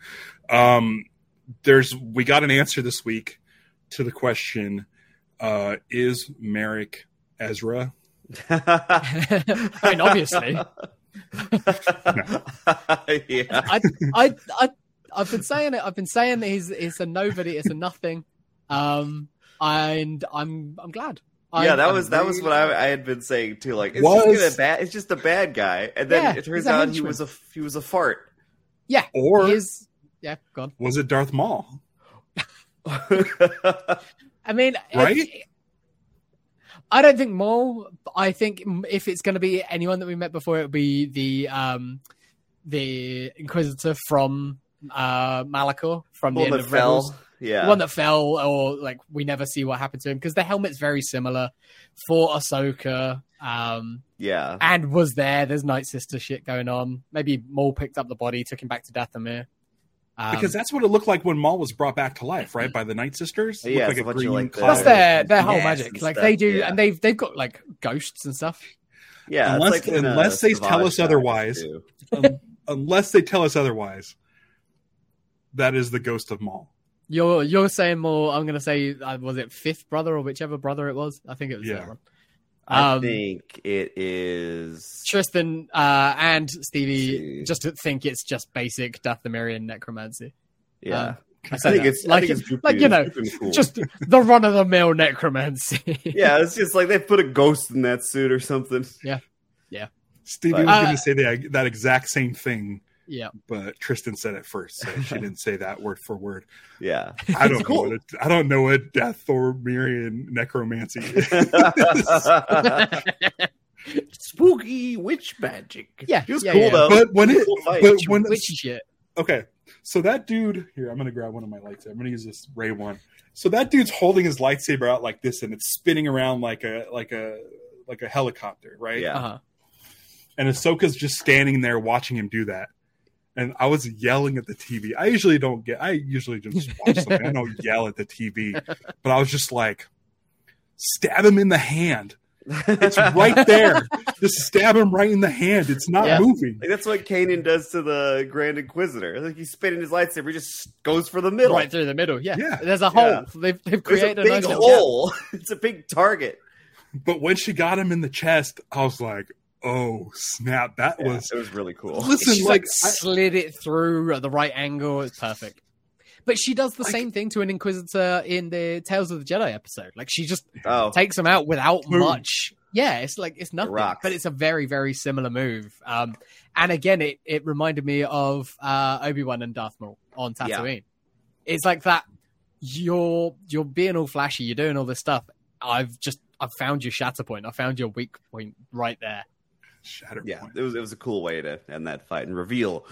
Um, there's we got an answer this week to the question: uh, Is Merrick Ezra?
I mean, obviously.
yeah.
I, I, I, I've been saying it. I've been saying that he's it's a nobody. It's a nothing. Um, and I'm I'm glad. I-
yeah, that
I'm
was that was what
really-
I, I had been saying too. Like it's
Was-
just a bad, it's just a bad guy, and then
Yeah,
it
he's
turns
a
out he
henchman.
was a he was a fart.
Or
He is. Yeah, God.
was it Darth Maul?
I mean,
Right?
it- I don't think Maul. but I think if it's going to be anyone that we met before, it would be the um, the Inquisitor from uh Malachor from the
One
end
that
of Rebels.
fell. Yeah.
one that fell, or like we never see what happened to him because the helmet's very similar for Ahsoka. Um,
yeah.
and was there? There's Night Sister shit going on. Maybe Maul picked up the body, took him back to Dathomir. Um,
Because that's what it looked like when Maul was brought back to life, right? By the Night Sisters. It
Yeah,
looked
it's a bunch of, like, the-
cloud.
that's their their whole
Yes,
magic.
and
Like
stuff,
they do,
yeah.
and they've they've got like ghosts and stuff.
Yeah. it's
Unless-
like in, uh,
unless they tell
Savage
us
Diaries,
otherwise.
too.
Um, unless they tell us otherwise, that is the ghost of Maul.
You're you're saying more. I'm gonna say uh, was it fifth brother or whichever brother it was. I think it was
Yeah.
that one.
I
Um,
think it is.
Tristan uh, and Stevie
See.
just think it's just basic Dathomirian necromancy.
Yeah.
um, I,
I
say
think
that.
it's I
like
think it's droopy.
like, you
It's
know,
droopy and cool.
just the run of the mill necromancy.
yeah. It's just like they put a ghost in that suit or something.
Stevie
But-
was
Uh,
going to say the, that exact same thing,
yeah.
but Tristan said it first, so she didn't say that word for word.
Yeah.
I don't
Cool.
know. What a, I don't know what death or Mirian necromancy. Is.
Spooky witch magic.
Yeah,
It was
yeah,
cool
yeah.
though.
But when it-
Cool fight.
but when
Witchy shit.
okay, so that dude here, I'm going to grab one of my lights. I'm going to use this Ray one. So that dude's holding his lightsaber out like this, and it's spinning around like a like a like a helicopter, right?
Yeah.
Uh-huh.
and Ahsoka's just standing there watching him do that. And I was yelling at the TV. I usually don't get. I usually just watch something. I don't yell at the TV, but I was just like, stab him in the hand. It's right there. Just stab him right in the hand. It's not
Yeah.
moving.
Like that's what Kanan does to the Grand Inquisitor. Like he's spinning his lightsaber, he just goes for the middle.
Right through the middle. Yeah.
Yeah.
There's a hole.
Yeah.
They've, they've
There's a
created a,
big
nice little
hole. it's a big target.
But when she got him in the chest, I was like, oh snap! That
Yeah,
was
it was really cool.
gap. She
listen.
just,
Like,
like, slid it through at the right angle. It's perfect. But she does the
Like-
same thing to an Inquisitor in the Tales of the Jedi episode. Like she just
Oh,
takes them out without
Boom.
much. Yeah, it's like it's nothing,
rocks.
but it's a very very similar move. Um, and again, it it reminded me of uh, Obi Wan and Darth Maul on
Yeah.
Tatooine. It's like that. You're you're being all flashy. You're doing all this stuff. I've just I've found your shatter point. I found your weak point right there.
shatter
yeah,
point.
it was it was a cool way to end that fight and reveal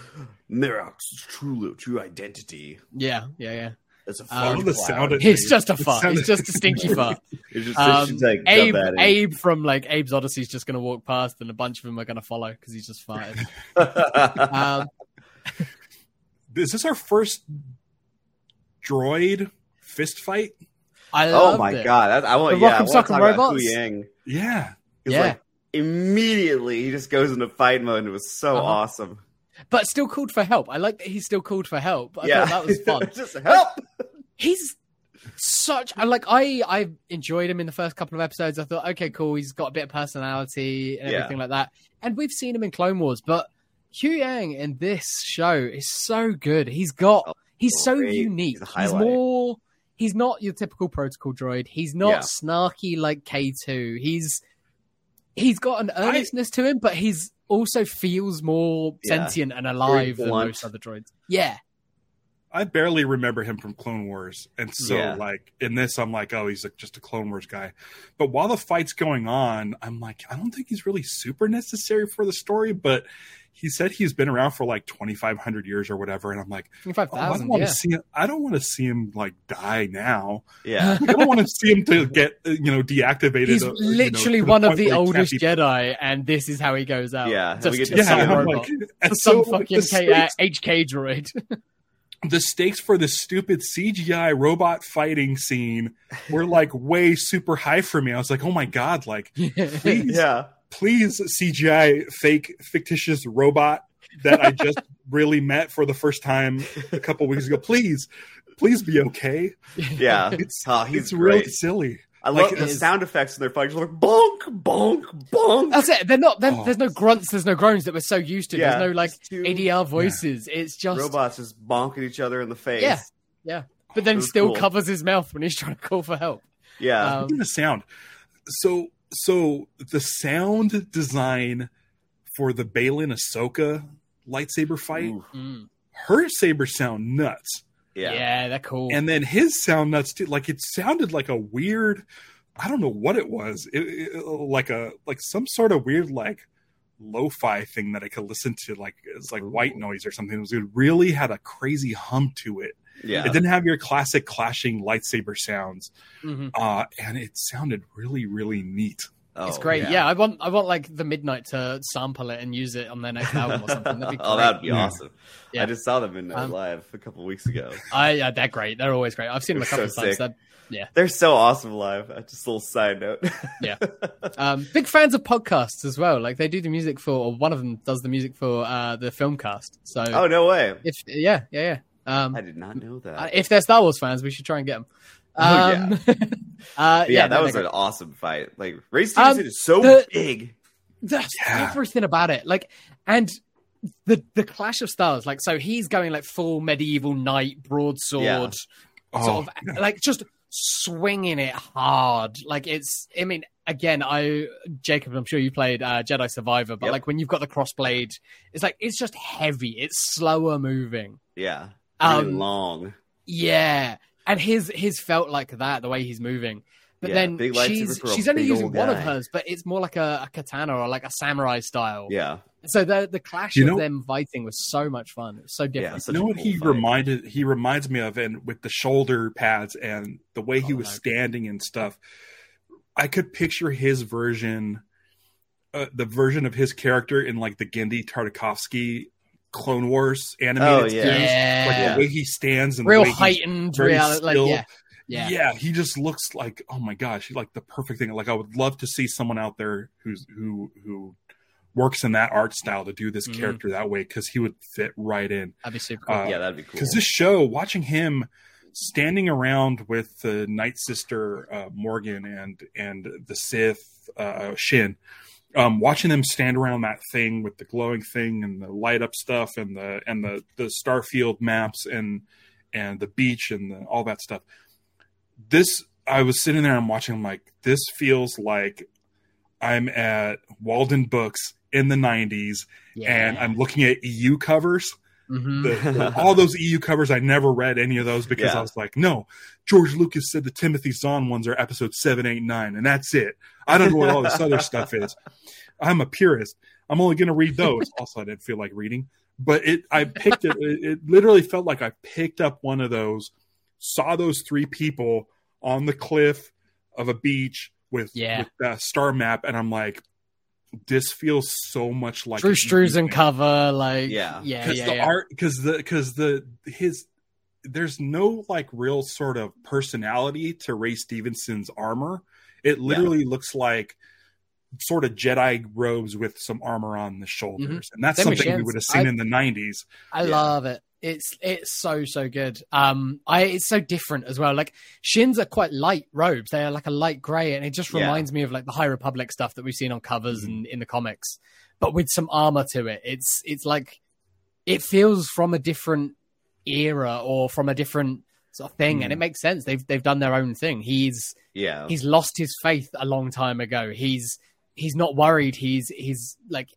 Merrock's true true identity
Yeah, yeah, yeah.
as a
I
Um,
fart
love the
cloud.
sound. It
It's
made.
just a
The
fart.
sound
It's
it-
just a stinky fart.
It's just,
Um,
it's just like
Abe,
dub at
Abe from like Abe's Odyssey is just going to walk past, and a bunch of them are going to follow because he's just farted.
it.
um,
Is this our first droid fist fight?
I
oh
loved
my
it.
god! That's, I want
The
yeah, I
Rock'em
want to
Sock'em
talk about
Robots?
Hu Yang.
Yeah.
It's
Yeah.
like immediately he just goes into fight mode. and It was so
Uh-huh.
awesome.
but still called for help. I like that he still called for help. I
yeah,
thought that was fun.
just help.
He's such I like I I enjoyed him in the first couple of episodes. I thought, okay, cool, he's got a bit of personality and
Yeah.
everything like that. And we've seen him in Clone Wars, but Hugh Yang in this show is so good. He's got he's so
Oh, Great. He's a
unique. He's,
highlight.
more he's not your typical protocol droid. He's not
Yeah.
snarky like K2. He's he's got an earnestness to him, but he's also feels more
Yeah.
sentient and alive than
blunt.
most other droids. Yeah.
I barely remember him from Clone Wars, and so
Yeah.
like in this, I'm like, oh, he's like just a Clone Wars guy. But while the fight's going on, I'm like, I don't think he's really super necessary for the story. But he said he's been around for like 2,500 years or whatever, and I'm like,
Twenty-five
oh, I don't
thousand.
want to
yeah.
see him. I don't want to see him like die now.
Yeah.
Like, I don't want to see him to get uh, you know deactivated.
He's
uh, you know,
literally
to the
one of
point
the
where he can't
oldest
be-
Jedi, and this is how he goes out.
Yeah, and
just,
we get to
just
see
some
him.
I'm
robot,
like, and
some
Oh so, like,
fucking
the
K- uh,
stakes-
HK droid.
the stakes for this stupid CGI robot fighting scene were like way super high for me. I was like, oh my god, like please,
Yeah.
please CGI fake fictitious robot that I just really met for the first time a couple weeks ago. Please, please be okay.
Yeah.
It's
Oh, he's
it's really
great.
silly.
I
like,
love the
it is-
sound effects in their fights. Like bonk, bonk, bonk.
That's it. They're not. They're,
Oh.
There's no grunts. There's no groans that we're so used to.
Yeah.
There's no like
Just two
ADR voices. It's just.
robots just bonking each other in the face.
Yeah. But
It
then
was
still
cool.
covers his mouth when he's trying to call for help.
Yeah.
Um,
Even the sound. So so the sound design for the Balin Ahsoka lightsaber fight,
Ooh,
mm.
her saber sound nuts.
yeah.
yeah.
they're cool.
and then his sound nuts too. Like it sounded like a weird, I don't know what it was, it, it- like a like some sort of weird like lo-fi thing that I could listen to, like it's like white noise or something. It, was, it really had a crazy hum to it.
Yeah.
It didn't have your classic clashing lightsaber sounds,
Mhm.
uh, and it sounded really really neat.
Oh,
it's great. Yeah. I want. I want like the midnight to sample it and use it on their next album or something. That'd be
oh,
great.
that'd be
Yeah.
awesome.
Yeah.
I just saw them in Midnight
Um,
Live a couple weeks ago.
I, yeah, they're great. They're always great. I've seen them a
They're
couple
so
of times.
sick.
They're-
They're so awesome live. Uh, Just a little side note.
Yeah. Um, big fans of podcasts as well. Like they do the music for, or one of them does the music for uh, the film cast. So
oh no way!
if yeah, yeah, yeah. Um,
I did not know that.
uh, if they're Star Wars fans, we should try and get them.
Oh,
Um, yeah, uh,
But yeah, that
no,
was
they're
an
great.
awesome fight. Like race
Um,
season is so
the-
big.
That's
Yeah.
everything about it. Like and. The, the clash of stars like so he's going like full medieval knight broadsword
Yeah.
Oh,
sort of like just swinging it hard. Like it's, I mean, again, I Jacob, I'm sure you played uh, Jedi Survivor, but
Yep.
like when you've got the crossblade, it's like it's just heavy. It's slower moving.
Yeah,
Um,
really long.
Yeah, and his his felt like that the way he's moving. But
Yeah,
then
big lightsaber
she's
for a
she's only
big
using
old
one of
guy.
hers, but it's more like a, a katana or like a samurai style.
Yeah,
So the the clash
You
of
know-
them fighting was so much fun. It was so
yeah.
different.
such
you
a
know what
cool
he
fight.
reminded he reminds me of and with the shoulder pads and the way he
Oh,
was
no.
standing and stuff i could picture his version uh, the version of his character in like the gendy tartakovsky clone wars
Oh,
animated
yeah.
series.
Yeah,
like the way he stands and the
real
way he's
heightened
very
reality. Like,
still.
yeah, yeah.
he just looks like oh my gosh, he's like the perfect thing. Like I would love to see someone out there who's who who works in that art style to do this
Mhm.
character that way because he would fit right in.
That'd be super cool.
Uh,
yeah, that'd be cool.
because this show, watching him standing around with the Night Sister uh, Morgan and and the Sith uh, Shin, um, watching them stand around that thing with the glowing thing and the light up stuff and the and the the starfield maps and and the beach and the, all that stuff. This I was sitting there, I'm watching, I'm like, this feels like I'm at Walden Books in the 90s
yeah.
and I'm looking at EU covers
Mhm.
the, the- all those EU covers. I never read any of those because I
Yeah.
was like, no, George Lucas said the Timothy Zahn ones are episode seven, eight, nine, and that's it. I don't know what all this other stuff is. I'm a purist. I'm only going to read those. Also, I didn't feel like reading, but it. I picked it, it. It literally felt like I picked up one of those, saw those three people on the cliff of a beach with
Yeah.
with the star map, and I'm like. This feels so much like E
Drew
an EU
Struzan
thing
cover, like yeah, yeah,
Yeah.
because
yeah.
the art because the because the his there's no like real sort of personality to ray stevenson's armor it literally looks like sort of jedi robes with some armor on the shoulders and that's
Mm-hmm. That makes
something we
sense.
would have seen
I-
in the 90s
I
yeah.
love it. It's it's so so good. Um, I it's so different as well. Like shins are quite light robes; they are like a light grey, and it just
Yeah.
reminds me of like the High Republic stuff that we've seen on covers and in the comics, but with some armor to it. It's it's like it feels from a different era or from a different sort of thing, and
Mhm.
it makes sense. They've they've done their own thing. He's
Yeah.
he's lost his faith a long time ago. He's he's not worried. He's he's like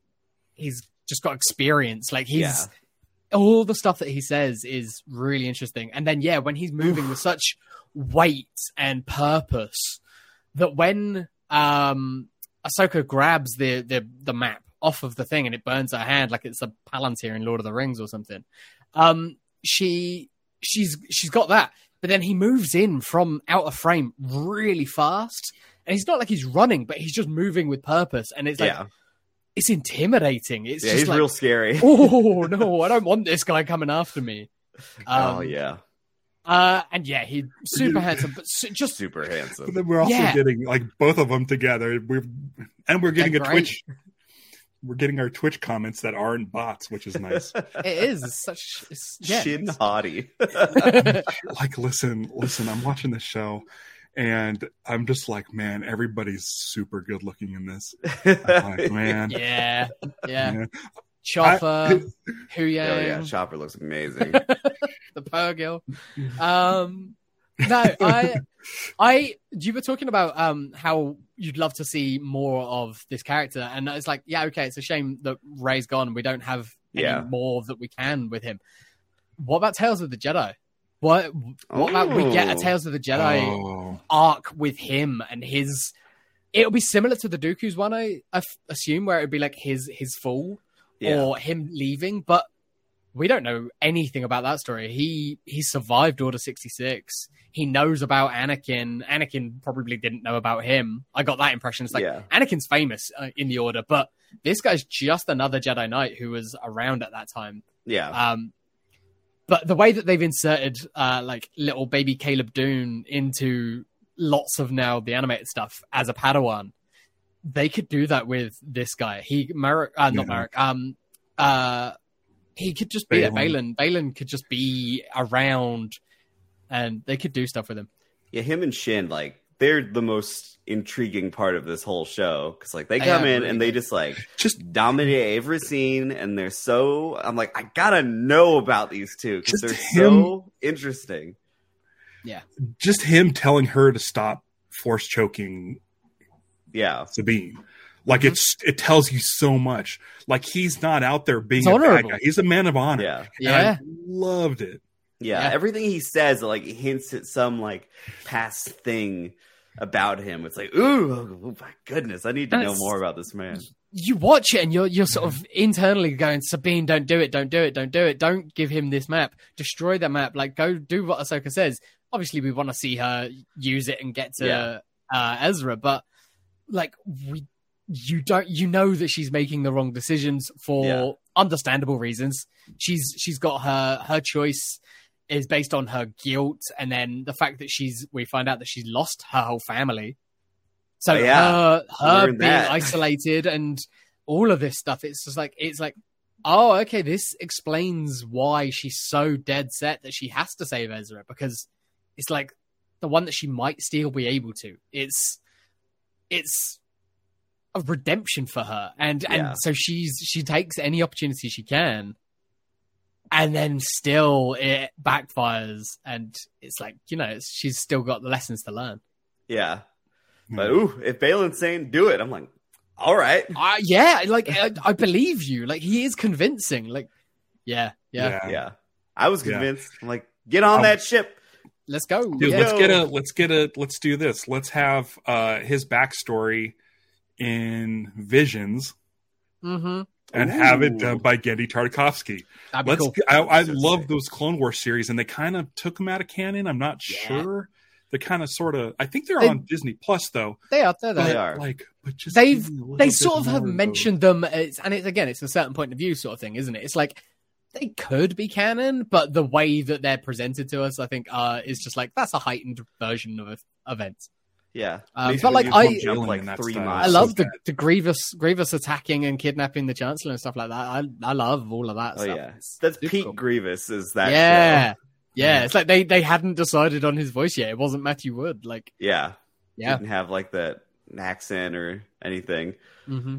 he's just got experience. Like he's
yeah.
all the stuff that he says is really interesting. And then yeah, when he's moving with such weight and purpose that when um Ahsoka grabs the the the map off of the thing and it burns her hand like it's a palantir in Lord of the Rings or something. Um she she's she's got that. But then he moves in from out of frame really fast. And he's not like he's running, but he's just moving with purpose. And it's like
yeah.
it's intimidating. It's
Yeah,
just
he's
like
real scary.
oh no, I don't want this guy coming after me. Um,
oh yeah.
Uh, and yeah, he's super handsome, but su- just
Super
But
handsome.
then we're also
Yeah.
getting like both of them together. We're and we're getting
They're
a
great.
Twitch. We're getting our Twitch comments that aren't bots, which is nice.
it is it's such it's, yeah.
Shin hottie.
like, listen, listen. I'm watching this show, and I'm just like, man, everybody's super good looking in this.
Oh,
I'm like, man,
yeah, yeah.
yeah.
Chopper,
Oh yeah,
Huyang,
Chopper looks amazing.
the Purgil. Um, no, I, I, you were talking about um how you'd love to see more of this character, and it's like, yeah, okay, it's a shame that Ray's gone. We don't have any
Yeah.
more that we can with him. What about Tales of the Jedi? What what about we get a
Ooh.
Tales of the Jedi
oh,
arc with him and his? It'll be similar to the Dooku's one, I, I f- assume, where it'd be like his his fall
Yeah.
or him leaving, but we don't know anything about that story. He he survived Order 66. He knows about Anakin. Anakin probably didn't know about him. I got that impression. It's like
yeah.
Anakin's famous uh, in the Order, but this guy's just another Jedi Knight who was around at that time.
Yeah.
Um but the way that they've inserted uh like little baby Caleb Dune into lots of now the animated stuff as a Padawan they could do that with this guy. He Merrick, uh, not
Yeah.
Merrick. Um, uh, he could just be there. Balin.
Balin.
Balin could just be around, and they could do stuff with him.
Yeah, him and Shin, like, they're the most intriguing part of this whole show. Cause, like, they
I
come in
agree.
and they just, like,
just
dominate every scene. And they're so, I'm like, I gotta know about these two. Cause
Just
they're
him-
so interesting.
just him telling her to stop force choking
Yeah.
Sabine. Like
Mm-hmm.
it's it tells you so much. Like he's not out there being
It's
a bad
honorable.
guy. He's a man of honor.
Yeah.
And
Yeah,
I loved it.
Yeah.
Yeah.
Everything he says, like, hints at some, like, past thing about him. It's like, ooh, oh my goodness. I need to know
That's-
more about this man.
you watch it, and you're you're sort
Mm-hmm.
of internally going, Sabine, don't do it, don't do it, don't do it, don't give him this map, destroy the map, like go do what Ahsoka says. Obviously, we want to see her use it and get to
Yeah.
uh, Ezra, but like we, you don't, you know that she's making the wrong decisions for
Yeah.
understandable reasons. She's she's got her her choice is based on her guilt, and then the fact that she's we find out that she's lost her whole family. So
Oh, yeah.
her her
Learn
being
that.
isolated and all of this stuff. It's just like it's like, oh, okay, this explains why she's so dead set that she has to save Ezra because it's like the one that she might still be able to. It's it's a redemption for her, and
Yeah.
and so she's she takes any opportunity she can, and then still it backfires, and it's like you know it's, she's still got the lessons to learn.
Yeah.
Hmm.
But, ooh, if Balin's saying, do it, I'm like, all right.
Uh, yeah, like I, I believe you. Like he is convincing. Like yeah, yeah.
Yeah. I was
Yeah.
convinced. I'm like, get on
Um,
that ship.
Let's go.
Dude,
yeah.
let's get a let's get a let's do this. Let's have uh his backstory in visions
Mm-hmm.
and have
Ooh.
it done by Getty Tartakovsky.
That'd be
Let's
cool.
I, I
That's so
love
sick.
those Clone War series and they kind of took them out of canon. I'm not
Yeah.
sure. They kind of sort of I think they're
They-
on Disney Plus though.
They are. They're
but,
there.
are.
like but just
They've-
give me a little
They
bit
sort of have
more
mentioned them, it's, and it's again, it's a certain point of view sort of thing, isn't it? It's like they could be canon, but the way that they're presented to us, I think, uh, is just like that's a heightened version of events.
Yeah.
Um,
Basically,
but like
you
I,
want
jump
Jalen
like
in that
three
style.
I
miles.
love
So
the,
bad.
the grievous grievous attacking and kidnapping the chancellor and stuff like that. I I love all of that.
Oh
stuff.
yeah, that's
super
Pete
cool.
Grievous. Is that?
yeah,
show.
yeah. It's like they they hadn't decided on his voice yet. It wasn't Matthew Wood. Like
Yeah.
yeah.
Didn't have like that accent or anything,
hmm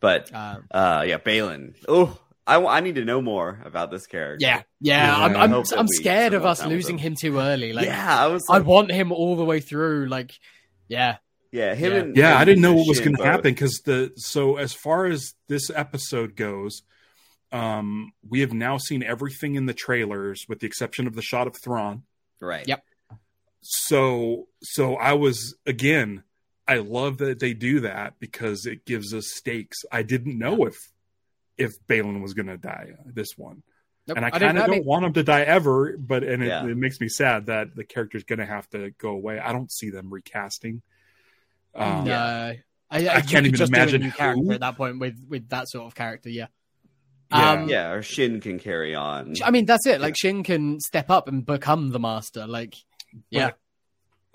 but
Um,
uh, yeah, Balin. Oh, I wa- I need to know more about this character.
yeah, yeah.
Yeah.
I'm
I
I'm,
hope that
I'm
we
scared of
promote
us
that with
losing
him.
him too early. Like
yeah. I was.
I
Like,
want him all the way through. Like yeah,
yeah, him
Yeah.
and
yeah, I
him
didn't
and
know what was
Shin
going to
both.
happen because the so as far as this episode goes, um, we have now seen everything in the trailers with the exception of the shot of Thrawn.
Right.
Yep.
So so I was again, I love that they do that because it gives us stakes. I didn't know if if Balin was going to die uh, this one,
Nope,
and I
didn't-
kind of
I
don't
mean,
want him to die ever. But and it,
Yeah.
it makes me sad that the character's going to have to go away. I don't see them recasting. Um,
no. I, I,
can't
you could
even
just do a
imagine
new character
who.
at that point with with that sort of character. Yeah.
Yeah.
Um,
Yeah, or Shin can carry on.
I mean, that's it. Like Shin can step up and become the master. Like, yeah,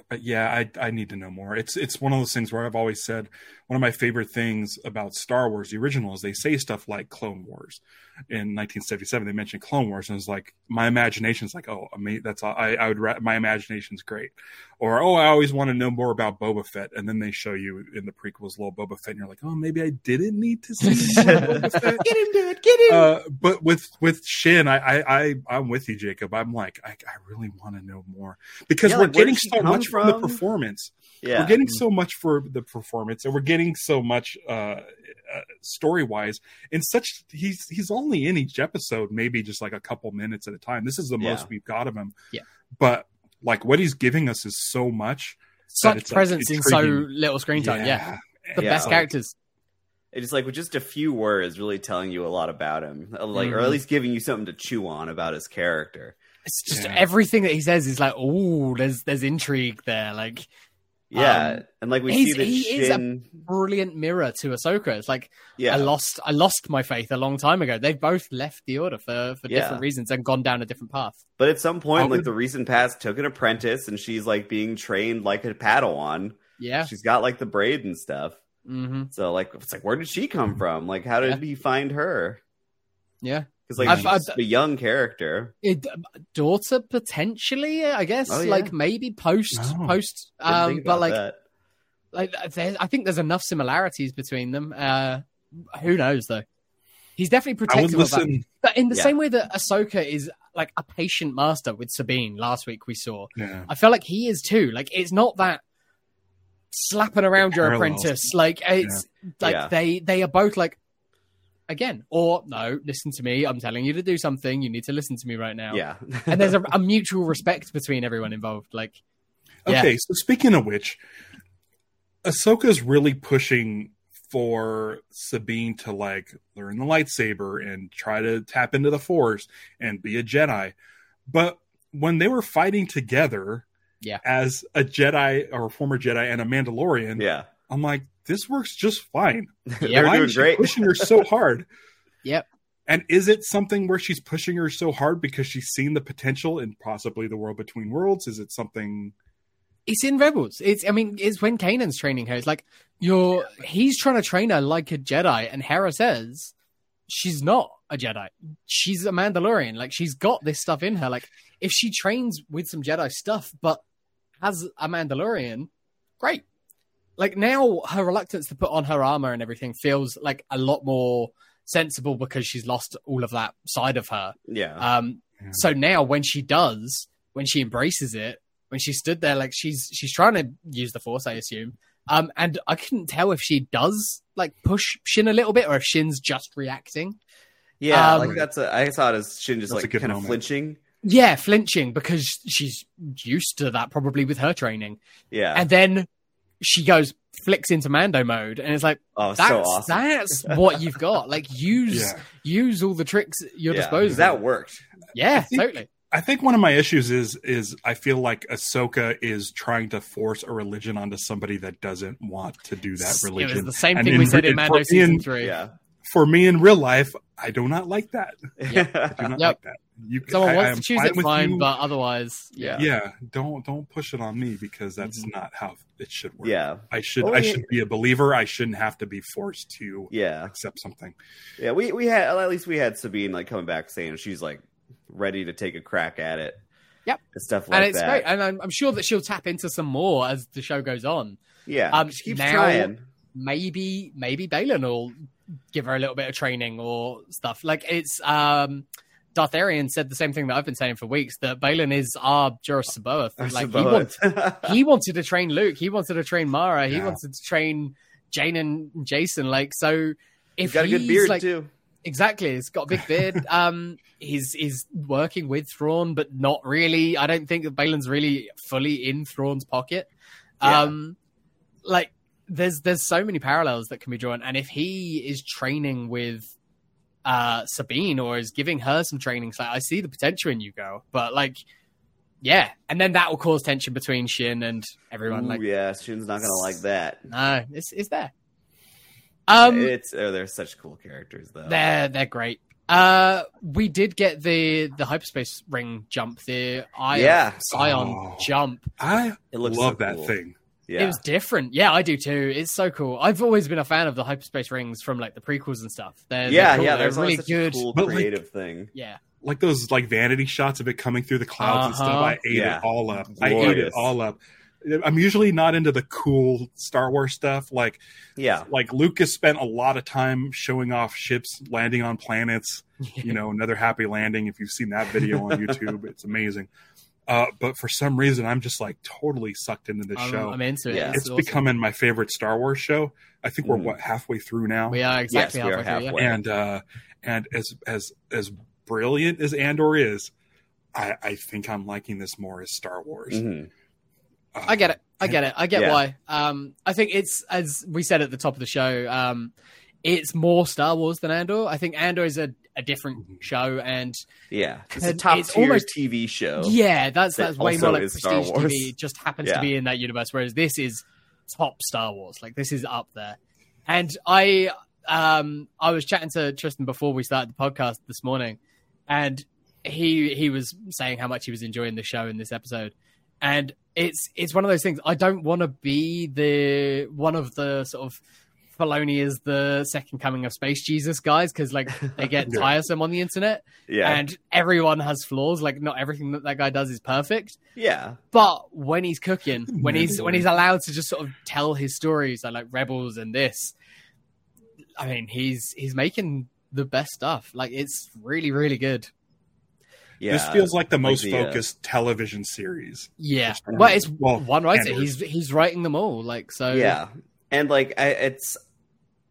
but Uh, yeah, I I need to know more. It's it's one of those things where I've always said one of my favorite things about Star Wars the original is they say stuff like Clone Wars. In 1977, they mentioned Clone Wars, and it's like my imagination's like, oh, I mean, that's all- I I would ra- my imagination's great, or oh, I always want to know more about Boba Fett, and then they show you in the prequels little Boba Fett, and you're like, oh, maybe I didn't need to see more Boba Fett.
get him, dude, get
Uh, but with with Shin, I, I I I'm with you, Jacob. I'm like I, I really want to know more because
Yeah,
we're
like, where
getting
did she
so
come
much from the
from?
performance.
yeah. mm.
We're getting so much for the performance, and we're getting so much uh, uh, story wise. And such he's he's only in each episode, maybe just like a couple minutes at a time. This is the
Yeah.
most we've got of him.
Yeah.
but like what he's giving us is so much.
Such
it's, like,
presence in so
intriguing.
little screen time. Yeah, the
Yeah.
best characters.
It's like with just a few words, really telling you a lot about him, uh, like or
Mhm.
at least giving you something to chew on about his character.
It's just
Yeah.
everything that he says is like, oh, there's there's intrigue there. Like,
Yeah,
Um,
and like we
he's-
see that
he is a-
Shin.
brilliant mirror to Ahsoka. It's like
yeah,
I lost I lost my faith a long time ago. They've both left the order for for
Yeah.
different reasons and gone down a different path.
but at some point,
I
like
would-
the recent past took an apprentice, and she's like being trained like a Padawan.
Yeah.
She's got like the braid and stuff.
hmm
So like, it's like, where did she come from? Like, how did he find her?
Yeah.
Because like
I've-
she's a young character.
It, daughter potentially, I guess.
Oh, yeah.
Like maybe post
No.
post.
Didn't
Um,
think
but
about
like
that.
like there's, I think there's enough similarities between them. Uh, who knows though? He's definitely
I would
protective of that.
listen.
But in the
Yeah.
same way that Ahsoka is like a patient master with Sabine last week we saw,
Yeah.
I feel like he is too. Like it's not that slapping around your
parallels.
apprentice. Like it's like
Yeah.
they they are both like again or no, listen to me. I'm telling you to do something. You need to listen to me right now.
yeah,
and there's a, a mutual respect between everyone involved. Like Yeah.
Okay, so speaking of which, Ahsoka's really pushing for Sabine to like learn the lightsaber and try to tap into the force and be a Jedi. But when they were fighting together
Yeah.
as a Jedi or a former Jedi and a Mandalorian,
yeah.
I'm like, this works just fine.
Yeah,
we're
Why
doing
is she
great.
pushing her so hard?
Yep.
And is it something where she's pushing her so hard because she's seen the potential in possibly the world between worlds? Is it something
it's in Rebels. It's I mean, it's when Kanan's training her. It's like you're he's trying to train her like a Jedi, and Hera says she's not a Jedi. She's a Mandalorian. Like she's got this stuff in her. Like if she trains with some Jedi stuff, but as a Mandalorian, great. Like now her reluctance to put on her armor and everything feels like a lot more sensible because she's lost all of that side of her.
Yeah,
Um,
Yeah.
So now, when she does, when she embraces it, when she stood there, like she's she's trying to use the force, I assume. Um, and I couldn't tell if she does like push Shin a little bit or if Shin's just reacting.
yeah.
um,
like that's a. I saw it as Shin just
That's a
like
good
kind of
moment.
flinching.
Yeah, flinching because she's used to that probably with her training.
Yeah.
And then she goes flicks into Mando mode, and it's like
oh,
that's
so awesome.
that's what you've got. Like use
Yeah.
use all the tricks at your
Yeah,
disposal.
That worked.
yeah,
think-
totally.
I think one of my issues is is I feel like Ahsoka is trying to force a religion onto somebody that doesn't want to do that
It was
religion.
the same
And
thing
in-
we said in
and
Mando
in-
season three.
Yeah.
For me in real life, I do not like that. I do not
Uh, Yep.
like that. You can,
Someone
I- I
wants
am
to choose
fine
it,
with
fine,
you.
but otherwise, yeah.
yeah. don't don't push it on me because that's
Mm-hmm.
not how it should work.
Yeah,
I should
Oh,
I
yeah.
should be a believer. I shouldn't have to be forced to
yeah,
accept something.
yeah. We we had well, at least we had Sabine like coming back saying she's like ready to take a crack at it.
Yep.
and stuff like
And it's
that.
great, and I'm, I'm sure that she'll tap into some more as the show goes on.
Yeah,
Um,
she keeps
now-
trying.
Maybe, maybe Balin will give her a little bit of training or stuff. Like it's, um, Darth Arian said the same thing that I've been saying for weeks that Balin is our Jorah Saboth.
I
Like he,
suppose.
wants, he wanted to train Luke. He wanted to train Mara. He
Yeah.
wanted to train Jane and Jason. Like so, if
He's got a good
he's,
beard
like,
too.
exactly, he's got a big beard. um, he's he's working with Thrawn, but not really. I don't think that Balin's really fully in Thrawn's pocket.
Yeah.
Um, like there's there's so many parallels that can be drawn, and if he is training with uh Sabine or is giving her some training, so I see the potential in you, girl. But like. Yeah, and then that will cause tension between Shin and everyone.
Ooh,
like,
yeah, Shin's not gonna like that.
no, it's it's there. Um,
it's oh, they're such cool characters though.
they're they're great. Uh, we did get the the hyperspace ring jump, the ion,
Yeah.
ion
Oh.
jump.
I
it
love
looks so
that
cool.
thing.
Yeah,
It was different. Yeah, I do too. It's so cool. I've always been a fan of the hyperspace rings from like the prequels and stuff. They're, they're
yeah,
cool.
yeah.
They're
There's always
really
such
good.
a cool
But, like-
creative thing.
Yeah,
Like those like vanity shots of it coming through the clouds and stuff.
Uh-huh.
I ate
Yeah.
it all up. I ate it
Glorious.
all up. I'm usually not into the cool Star Wars stuff. Like
Yeah,
like Lucas spent a lot of time showing off ships landing on planets. You know, another happy landing. If you've seen that video on YouTube, it's amazing. Uh, but for some reason, I'm just like totally sucked into this
I'm,
show.
I'm into it.
Yeah.
it's
awesome.
becoming my favorite Star Wars show. I think we're
Mhm.
what halfway through now.
We are exactly
Yes, we are
halfway. Through, yeah.
halfway.
and uh and as as as brilliant as andor is i i think i'm liking this more as star wars
Mhm.
Uh,
Mm-hmm. I get it. I get it. I get
Yeah.
why. Um, I think it's as we said at the top of the show. Um, it's more Star Wars than Andor. I think Andor is a, a
Mm-hmm.
different show, and
yeah. It's a
And
top
it's
tier
almost-
TV show.
yeah, that's
that
that's way
also
more like
is Star
prestige
Wars.
TV. It just happens to
Yeah.
be in that universe, whereas this is top Star Wars. Like this is up there. And I, um, I was chatting to Tristan before we started the podcast this morning, and he he was saying how much he was enjoying the show in this episode, and it's it's one of those things. I don't want to be the one of the sort of Filoni is the second coming of space Jesus guys because like they get
Yeah.
tiresome on the internet
Yeah,
and everyone has flaws. Like not everything that that guy does is perfect,
yeah,
but when he's cooking, when he's when he's allowed to just sort of tell his stories, like, like Rebels and this, I mean, he's he's making the best stuff. Like it's really really good.
yeah.
this feels like the most
the, uh,
focused television series
Yeah,
Um,
well, it's
well
one writer.
Andrew.
He's he's writing them all. Like so,
yeah, and like I, it's,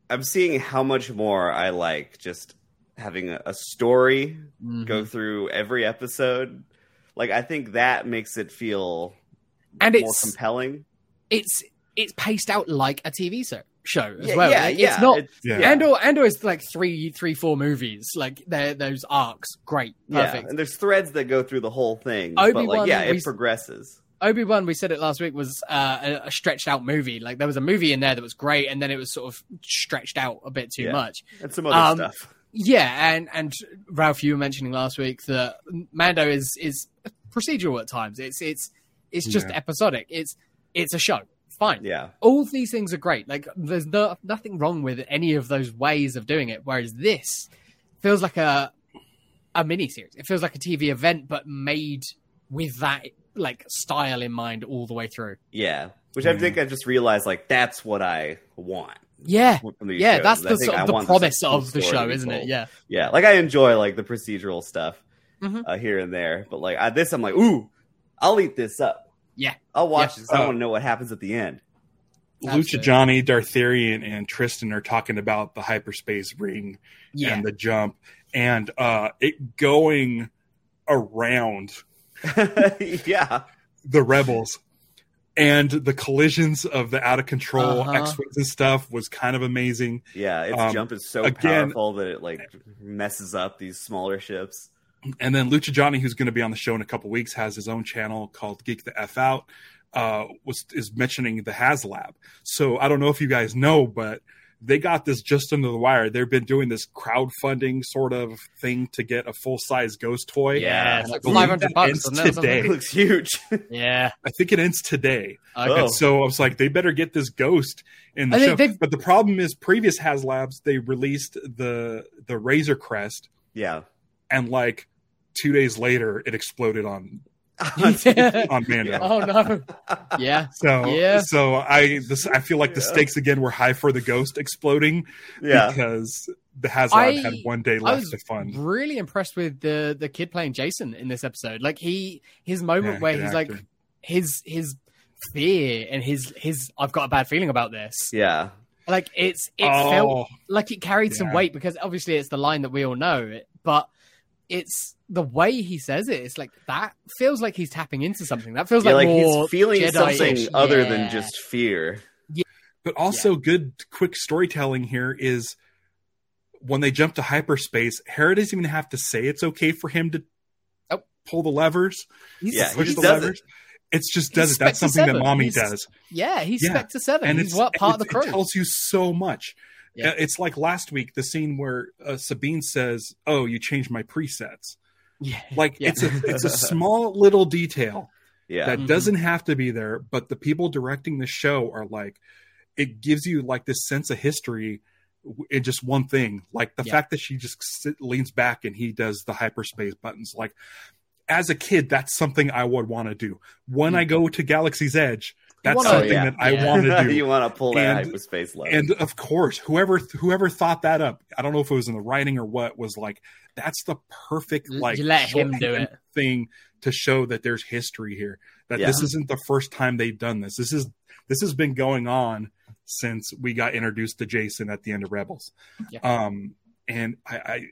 I'm seeing how much more I like just having a, a story
Mhm.
go through every episode. Like I think that makes it feel
and
more
it's
compelling.
it's it's paced out like a TV so- show as
Yeah,
well.
yeah,
Like,
yeah.
It's not
It's-
Yeah.
Andor Andor is like three three four movies. Like they're those arcs, great, perfect.
Yeah, and there's threads that go through the whole thing. but
Obi-Wan
like, yeah, it
rec-
progresses.
Obi Wan, we said it last week, was uh, a, a stretched out movie. Like there was a movie in there that was great, and then it was sort of stretched out a bit too
Yeah.
much.
And some other
Um,
stuff.
Yeah, and and Ralph, you were mentioning last week that Mando is is procedural at times. It's it's it's just
Yeah.
episodic. It's it's a show. Fine.
Yeah.
All of these things are great. Like there's no, nothing wrong with any of those ways of doing it. Whereas this feels like a a mini series. It feels like a TV event, but made with that like style in mind all the way through.
Yeah. Which I
Mhm.
think I just realized like that's what I want.
Yeah.
from these
Yeah,
shows.
that's
I
the
think
sort
I
of the
want this
promise
cool
of the
story to
show,
be
isn't it?
told.
Yeah.
Yeah. Like I enjoy like the procedural stuff
Mhm.
uh, here and there, but like I, this, I'm like, ooh, I'll eat this up.
Yeah.
I'll watch this. I
Oh.
want to know what happens at the end.
lucha johnny dartharian and tristan are talking about the hyperspace ring
Yeah.
and the jump and uh it going around
yeah.
the rebels and the collisions of the out of control
Uh-huh.
x-wings and stuff was kind of amazing
Yeah. Its
Um,
jump is so
again-
powerful that it like messes up these smaller ships.
and then Lucha Johnny, who's going to be on the show in a couple weeks, has his own channel called Geek the F Out. Uh, was is mentioning the HasLab. So I don't know if you guys know, but they got this just under the wire. They've been doing this crowdfunding sort of thing to get a full size ghost toy.
Yeah,
And
it's
I
like
believe
500
that
bucks,
ends
isn't it, or something?
It
today.
looks huge.
Yeah.
I think it ends today.
Okay.
Oh.
And so I was like, they better get this ghost in the
I think
show.
they've-
But the problem is, previous HasLabs they released the the Razor Crest,
yeah.
and like two days later, it exploded on on Mando.
Oh no. Yeah.
So
Yeah.
so I this I feel like the
Yeah.
stakes again were high for the ghost exploding
Yeah.
because the HasLab
I-
had one day left
was
to fund.
Really impressed with the the kid playing Jason in this episode. Like he his moment
Yeah,
where
good
he's like
actor.
his his fear and his his I've got a bad feeling about this.
Yeah.
Like it's it
oh,
felt like it carried some
Yeah.
weight because obviously it's the line that we all know, but it's the way he says it. It's like that feels like he's tapping into something. That feels
Yeah,
like,
like
more
he's feeling
Jedi-ish.
something other
Yeah.
than just fear.
But also good quick storytelling here is when they jump to hyperspace, Hera doesn't even have to say it's okay for him to
Oh.
pull the levers.
He's-
Yeah, he
push
just
the
does it.
levers. It's just
He's
does it. That's
Spectre
something that
Seven.
mommy
He's-
does.
yeah, he's
Yeah.
Spectre Seven.
And
he's
it's
what part of
it's-
the crew?
It tells you so much.
Yeah.
Uh, It's like last week, the scene where uh, Sabine says, "Oh, you changed my presets."
yeah,
Like
Yeah.
it's a it's a small little detail
Yeah.
that
Mhm.
doesn't have to be there, but the people directing the show are like, it gives you like this sense of history w- in just one thing, like the
Yeah.
fact that she just sit, leans back and he does the hyperspace buttons. Like as a kid, that's something I would want to do. When I go to Galaxy's Edge, that's
Mm. wanna-
something
yeah.
that I
Yeah.
want to do.
you want to pull that
And-
hyperspace lever.
And of course, whoever whoever thought that up, I don't know if it was in the writing or what, was like, that's the perfect
L-
like
you let him do
shorthand
it.
thing to show that there's history here. That
Yeah.
this isn't the first time they've done this. This is this has been going on since we got introduced to Jason at the end of Rebels.
Yeah.
Um, and I, I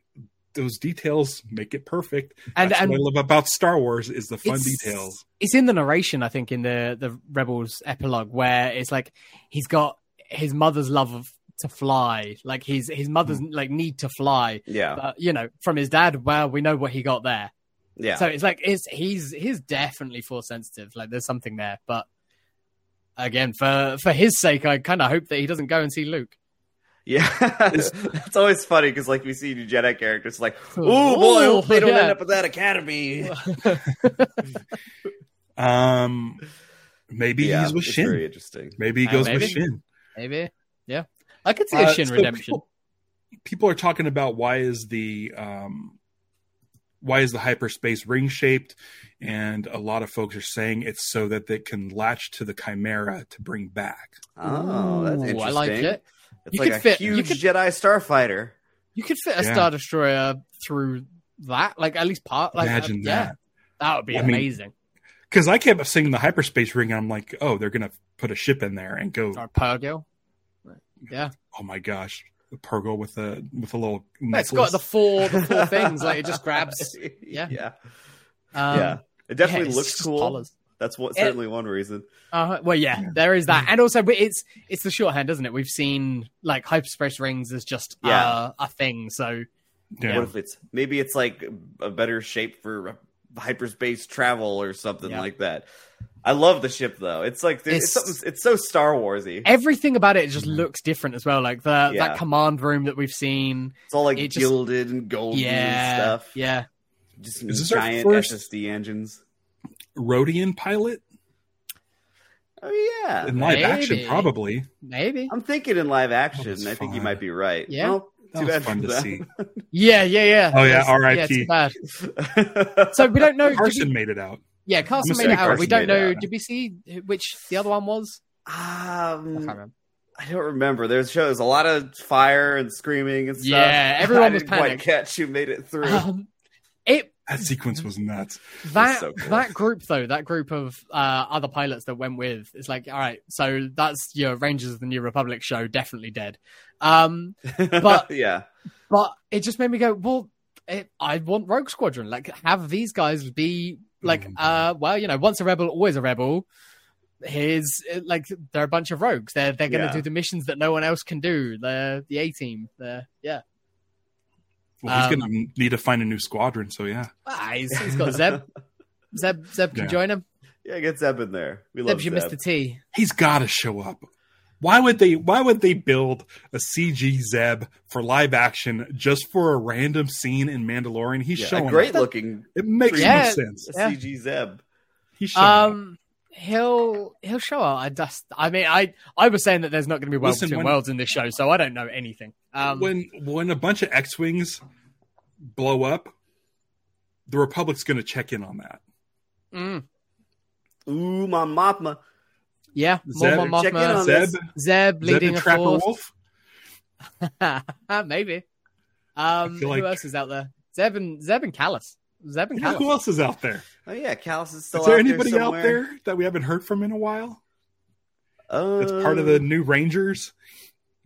those details make it perfect.
and
That's
and
what I love about Star Wars is the fun
It's-
details.
it's in the narration, I think, in the the Rebels epilogue, where it's like he's got his mother's love of to fly, like his his mother's like need to fly.
Mm-hmm. yeah.
But you know, from his dad, well, we know what he got there.
Yeah.
So it's like it's he's he's definitely force sensitive. Like there's something there, but again, for for his sake, I kind of hope that he doesn't go and see Luke.
yeah.
It's-
it's always funny because, like, we see new Jedi characters like, oh, boy, I hope they don't end up at that academy.
Um, maybe
yeah,
he's with
it's
Shin.
very interesting.
Maybe he
Uh,
goes
maybe.
with Shin.
Maybe, yeah. I could see
Uh,
a Shin
so
redemption.
People, people are talking about why is the um, why is the hyperspace ring shaped, and a lot of folks are saying it's so that they can latch to the chimera to bring back.
Oh, that's
Ooh,
interesting.
I like it.
It's
You
like
could
a
fit- you
huge
could-
Jedi starfighter.
You could fit a
Yeah.
star destroyer through that, like at least part. Like,
Imagine
uh, yeah,
that.
that would be
I mean,
amazing.
Because I kept seeing the hyperspace ring, and I'm like, oh, they're gonna put a ship in there and go.
or Pergo. Yeah,
Oh my gosh, the Pergo with a with a little
it's
necklace.
got the four the four things. Like it just grabs.
yeah. Yeah.
Um,
It definitely
it's
looks
just
cool.
collars.
That's what
It-
certainly one reason.
Uh, well, yeah, there is that, and also but it's it's the shorthand, isn't it? We've seen like hyperspace rings as just
Yeah.
uh, a thing. So
yeah.
What if it's maybe it's like a better shape for hyperspace travel or something
Yeah.
like that? I love the ship though. It's like there- it's,
It's-
something, it's so Star Warsy.
everything about it just
Mhm.
looks different as well. Like the
Yeah.
that command room that we've seen.
It's all like
it just-
gilded and golden
yeah,
and stuff.
yeah.
just
Is this our
giant
first-
SSD engines.
Rhodian pilot
Oh yeah,
in live
Maybe.
action, probably.
Maybe.
I'm thinking in live action.
was
I think you
fun.
might be right.
Yeah.
Well,
That
too
was
bad
fun
for
to
them.
see.
Yeah, yeah, yeah.
Oh, yeah,
It's-
RIP.
it's bad. So we don't know. did
Carson
we-
made it out.
yeah, Carson
I'm
made it
assuming
out. we
Carson
don't
made it
know.
out.
Did we see which the other one was? I can't
um,
remember.
I don't remember. There's shows a lot of fire and screaming and stuff.
Yeah, everyone
I
was
didn't quite
panicked.
catch who made it through.
Um, it
That sequence was nuts.
that
so cool.
that group though, that group of uh, other pilots that went with, it's like, all right, so that's your Rangers of the New Republic show, definitely dead. Um, but-
yeah,
but it just made me go, well, it, I want Rogue Squadron. Like, have these guys be like,
Mhm.
Mm.
uh, well, you know, once a rebel, always a rebel. Here's uh, like they're a bunch of rogues. They're they're gonna
Yeah.
do the missions that no one else can do. They're the A team. They're yeah.
Well, he's
Um,
gonna need to find a new squadron. So yeah,
Ah, he's, he's got Zeb. Zeb Zeb can
Yeah.
join him.
yeah, get Zeb in there. We love
Zeb, you
Zeb.
missed the T.
he's got to show up. Why would they? Why would they build a CG Zeb for live action just for a random scene in Mandalorian? He's
Yeah,
showing
a
up.
great
That-
looking
It makes
Yeah.
no sense.
Yeah.
CG Zeb.
He's showing up.
Um, he'll he'll show up. I just, I mean, I I was saying that there's not going to be worlds
Listen,
between
when-
worlds in this show, so I don't know anything. Um,
when when a bunch of X wings blow up, the Republic's going to check in on that.
mm,
Ooh, my mama.
yeah,
Zeb-
more, more
Check in
Mothma.
on
Zeb,
this-
Zeb
Zeb
leading
and
a
Trapper
force. Ah,
Wolf.
Maybe. Um, who
feel like-
else is out there? Zeb and Zeb and Callus. Zeb and
You know
Callus.
who else is out there?
Oh yeah, Callus is still
is there
out
anybody
there
out
somewhere.
there that we haven't heard from in a while?
Uh,
That's part of the new Rangers.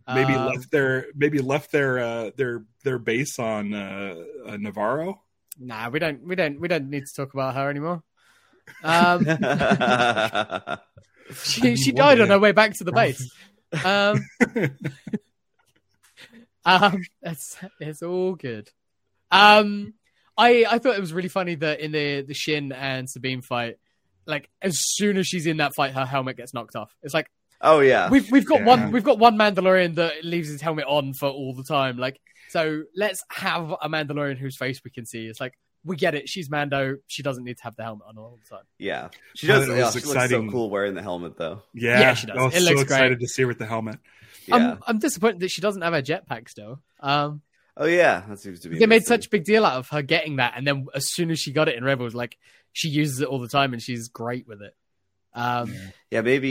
Maybe
Um,
left their maybe left their uh, their their base on uh, uh, Navarro.
Nah, we don't. We don't. We don't need to talk about her anymore. Um,
Oh.
she she died on her way back to the base. Um, um, it's it's all good. Um, I I thought it was really funny that in the the Shin and Sabine fight, like as soon as she's in that fight, her helmet gets knocked off. It's like
oh yeah.
we've we've got
Yeah.
one we've got one Mandalorian that leaves his helmet on for all the time. Like so, let's have a Mandalorian whose face we can see. It's like we get it. She's Mando. She doesn't need to have the helmet on all the time.
Yeah. She
But
does
it
yeah,
was
she looks
exciting.
so cool wearing the helmet though.
Yeah,
Yeah, she does.
I was
It
so
looks
excited to see her with the helmet.
Yeah.
Um,
I'm I'm disappointed that she doesn't have her jetpack still. Um,
oh yeah. That seems to be
they made
missing.
such a big deal out of her getting that, and then as soon as she got it in Rebels, like she uses it all the time and she's great with it. Um,
Yeah, maybe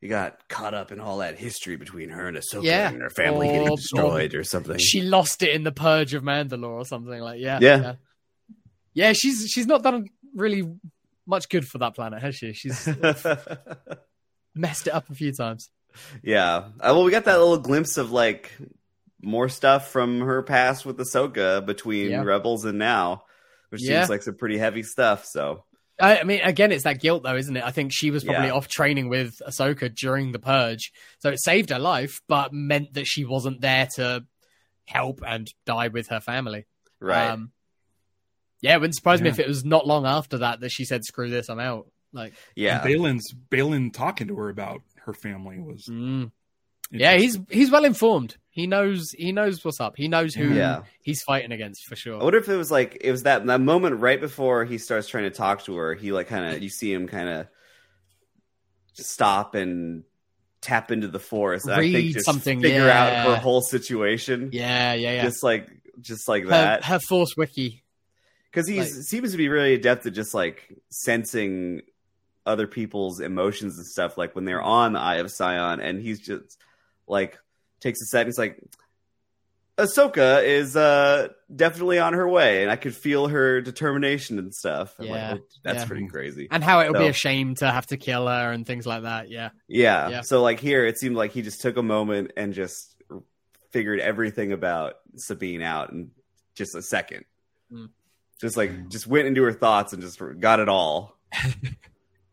you got caught up in all that history between her and Ahsoka
Yeah.
and her family
Oh,
Or-
getting destroyed or something.
she lost it in the Purge of Mandalore or something like yeah,
Yeah.
yeah, Yeah, She's she's not done really much good for that planet, has she? She's messed it up a few times.
yeah. Uh, well, we got that little glimpse of like more stuff from her past with Ahsoka between
Yeah.
Rebels and now, which
Yeah.
seems like some pretty heavy stuff. So
I, I mean, again, it's that guilt though, isn't it? I think she was probably
Yeah.
off training with Ahsoka during the Purge, so it saved her life, but meant that she wasn't there to help and die with her family.
right.
Um, yeah, it wouldn't surprise me
Yeah.
if it was not long after that that she said, "Screw this, I'm out." Like,
yeah.
Balin's Balin talking to her about her family was.
mm. yeah, he's he's well informed. He knows he knows what's up. He knows who
Yeah.
he's fighting against for
I
sure.
wonder if it was like it was that that moment right before he starts trying to talk to her. He like kind of you see him kind of stop and tap into the forest. And I
Read
think just
something,
figure
yeah.
out her whole situation.
Yeah, yeah, yeah.
Just like just like
her,
that
her force wiki.
because he
like-
seems to be really adept at just like sensing other people's emotions and stuff like when they're on the eye of scion and he's just like takes a set and he's like ahsoka is uh definitely on her way and i could feel her determination and stuff I'm like,
Yeah,
"Oh, that's
yeah.
pretty crazy
and how it'll be
So-
a shame to have to kill her and things like that. Yeah,
yeah.
Yeah.
so like here it seemed like he just took a moment and just figured everything about sabine out in just a second
Mm.
just like just went into her thoughts and just got it all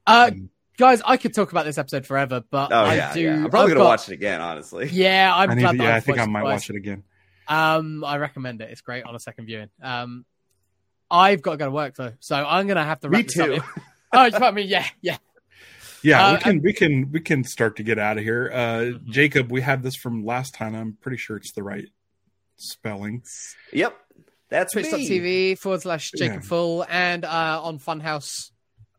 uh,
Mm.
guys, I could talk about this episode forever, but
Oh
I
yeah,
do.
yeah. I'm probably
I've
gonna
got-
watch it again, honestly.
Yeah, I'm
I need,
glad.
to-
that
yeah,
I've
I think
watched
I might
twice.
watch it again.
Um, I recommend it. It's great on a second viewing. Um, I've got to go to work though, so I'm gonna have to. Wrap
Me
this
too.
Up. oh, you put me? Yeah, yeah.
Yeah,
Uh,
we can we can we can start to get out of here. Uh,
Mhm.
Jacob, we had this from last time. I'm pretty sure it's the right spelling.
Yep. That's me.
Twitch.tv forward slash Jacob
Yeah.
Full and uh, on Funhouse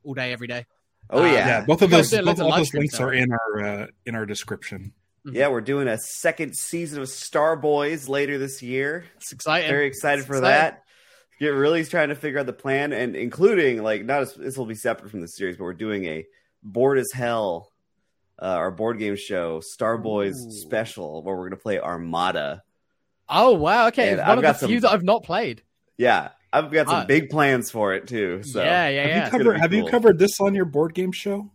all day, every day.
Oh
Uh,
yeah.
Yeah,
yeah.
both of
Yeah,
those
I did
both
loads
of
of live
those
streams
links
out.
are in our uh, in our description.
we're doing a second season of Star Boys later this year.
It's exciting.
Very excited for
Excited.
that. Get really trying to figure out the plan and including like not as, this will be separate from the series, but we're doing a board as hell uh, our board game show Star Boys
Ooh.
special where we're gonna play Armada.
oh wow, okay.
And
It's
I've
One of the
got some-
few that I've not played.
Yeah, I've got some
Ah.
big plans for it too. So
yeah, yeah,
have
yeah.
you
gonna
covered
be
Have you
cool.
covered this on your board game show?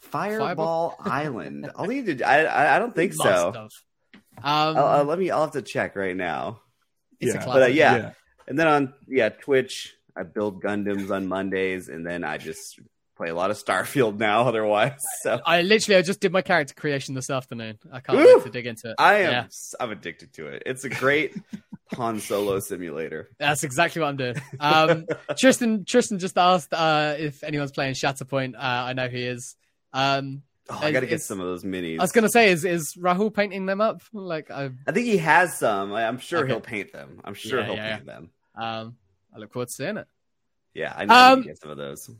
Fireball Island. I'll need to. I I, I don't think
Lots
so.
of stuff. Um,
I'll, I'll, let me. I'll have to check right now.
it's
yeah.
a
But uh,
classic.
yeah. and then on yeah Twitch, I build Gundams on Mondays, and then I just play a lot of Starfield now. Otherwise, so
I literally I just did my character creation this afternoon. I can't
Woo!
wait to dig into it.
I am.
Yeah.
I'm addicted to it. It's a great Han Solo simulator.
That's exactly what I'm doing. Um, Tristan, Tristan just asked uh, if anyone's playing Shatterpoint. Uh, I know he is. Um,
Oh, I gotta get
It's-
some of those minis.
I was gonna say, is is Rahul painting them up? Like, I
I think he has some. I, I'm sure
Okay.
he'll paint them. I'm sure
Yeah,
he'll
yeah,
paint them.
um, I look forward to seeing it.
Yeah, I need
Um,
to get some of those.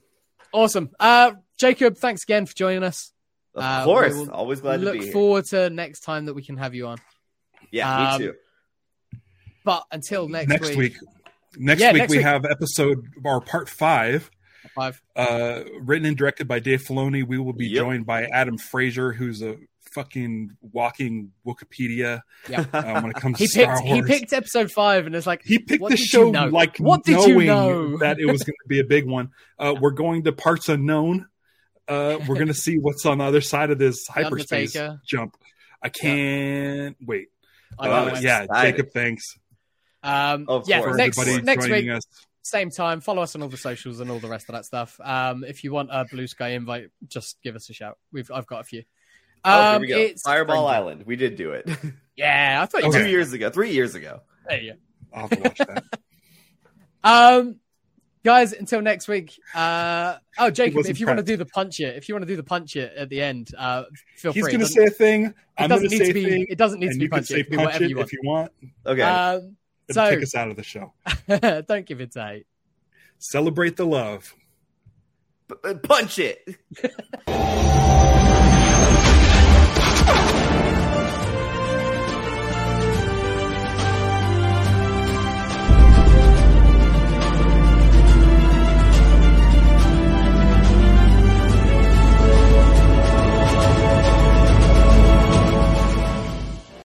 Awesome, uh, Jacob. Thanks again for joining us.
Of
uh, we
course,
will
always glad to
look
be here.
forward to next time that we can have you on.
yeah,
um,
me too.
But until next,
next week. Next
Yeah,
week
next
we
week.
have episode or part five,
Five.
uh, written and directed by Dave Filoni. We will be
Yep.
joined by Adam Fraser, who's a fucking walking Wikipedia um, when it comes
He
to
picked.
Star Wars.
He picked episode five, and it's like
He picked
What
the
did you
show
know?
like
What did you
knowing
know?
that it was going to be a big one. Uh, We're going to parts unknown. Uh, we're going to see what's on the other side of this hyperspace
Undertaker.
jump. I can't wait.
I
Uh,
Oh,
don't know.
yeah,
excited.
Jacob, thanks
Um,
Of
yeah,
for
course.
next
everybody
next
joining
week,
us.
same time. Follow us on all the socials and all the rest of that stuff. Um, if you want a blue sky invite, just give us a shout. We've I've got a few.
oh, here
Um,
we go.
it's-
Fireball Island. We did do it
Yeah, I thought you
Okay.
two years ago, three years ago.
there you
I'll have to watch that.
go. Um, guys, until next week. Uh, oh, Jacob,
wasn't
if you want to
prepped.
do the punch it, if you want to do the punch it at the end, uh, feel
He's
free.
going to
It
say a thing.
doesn't-
I'm
it
going
doesn't
to
need
say
to
a
be.
thing.
it doesn't need to
And
be
you can
punch
say
it. Do
punch
whatever
it
you want.
if you want.
Okay,
Um,
It'll
so
take us out of the show.
don't give it to hate.
Celebrate the love.
P- punch it.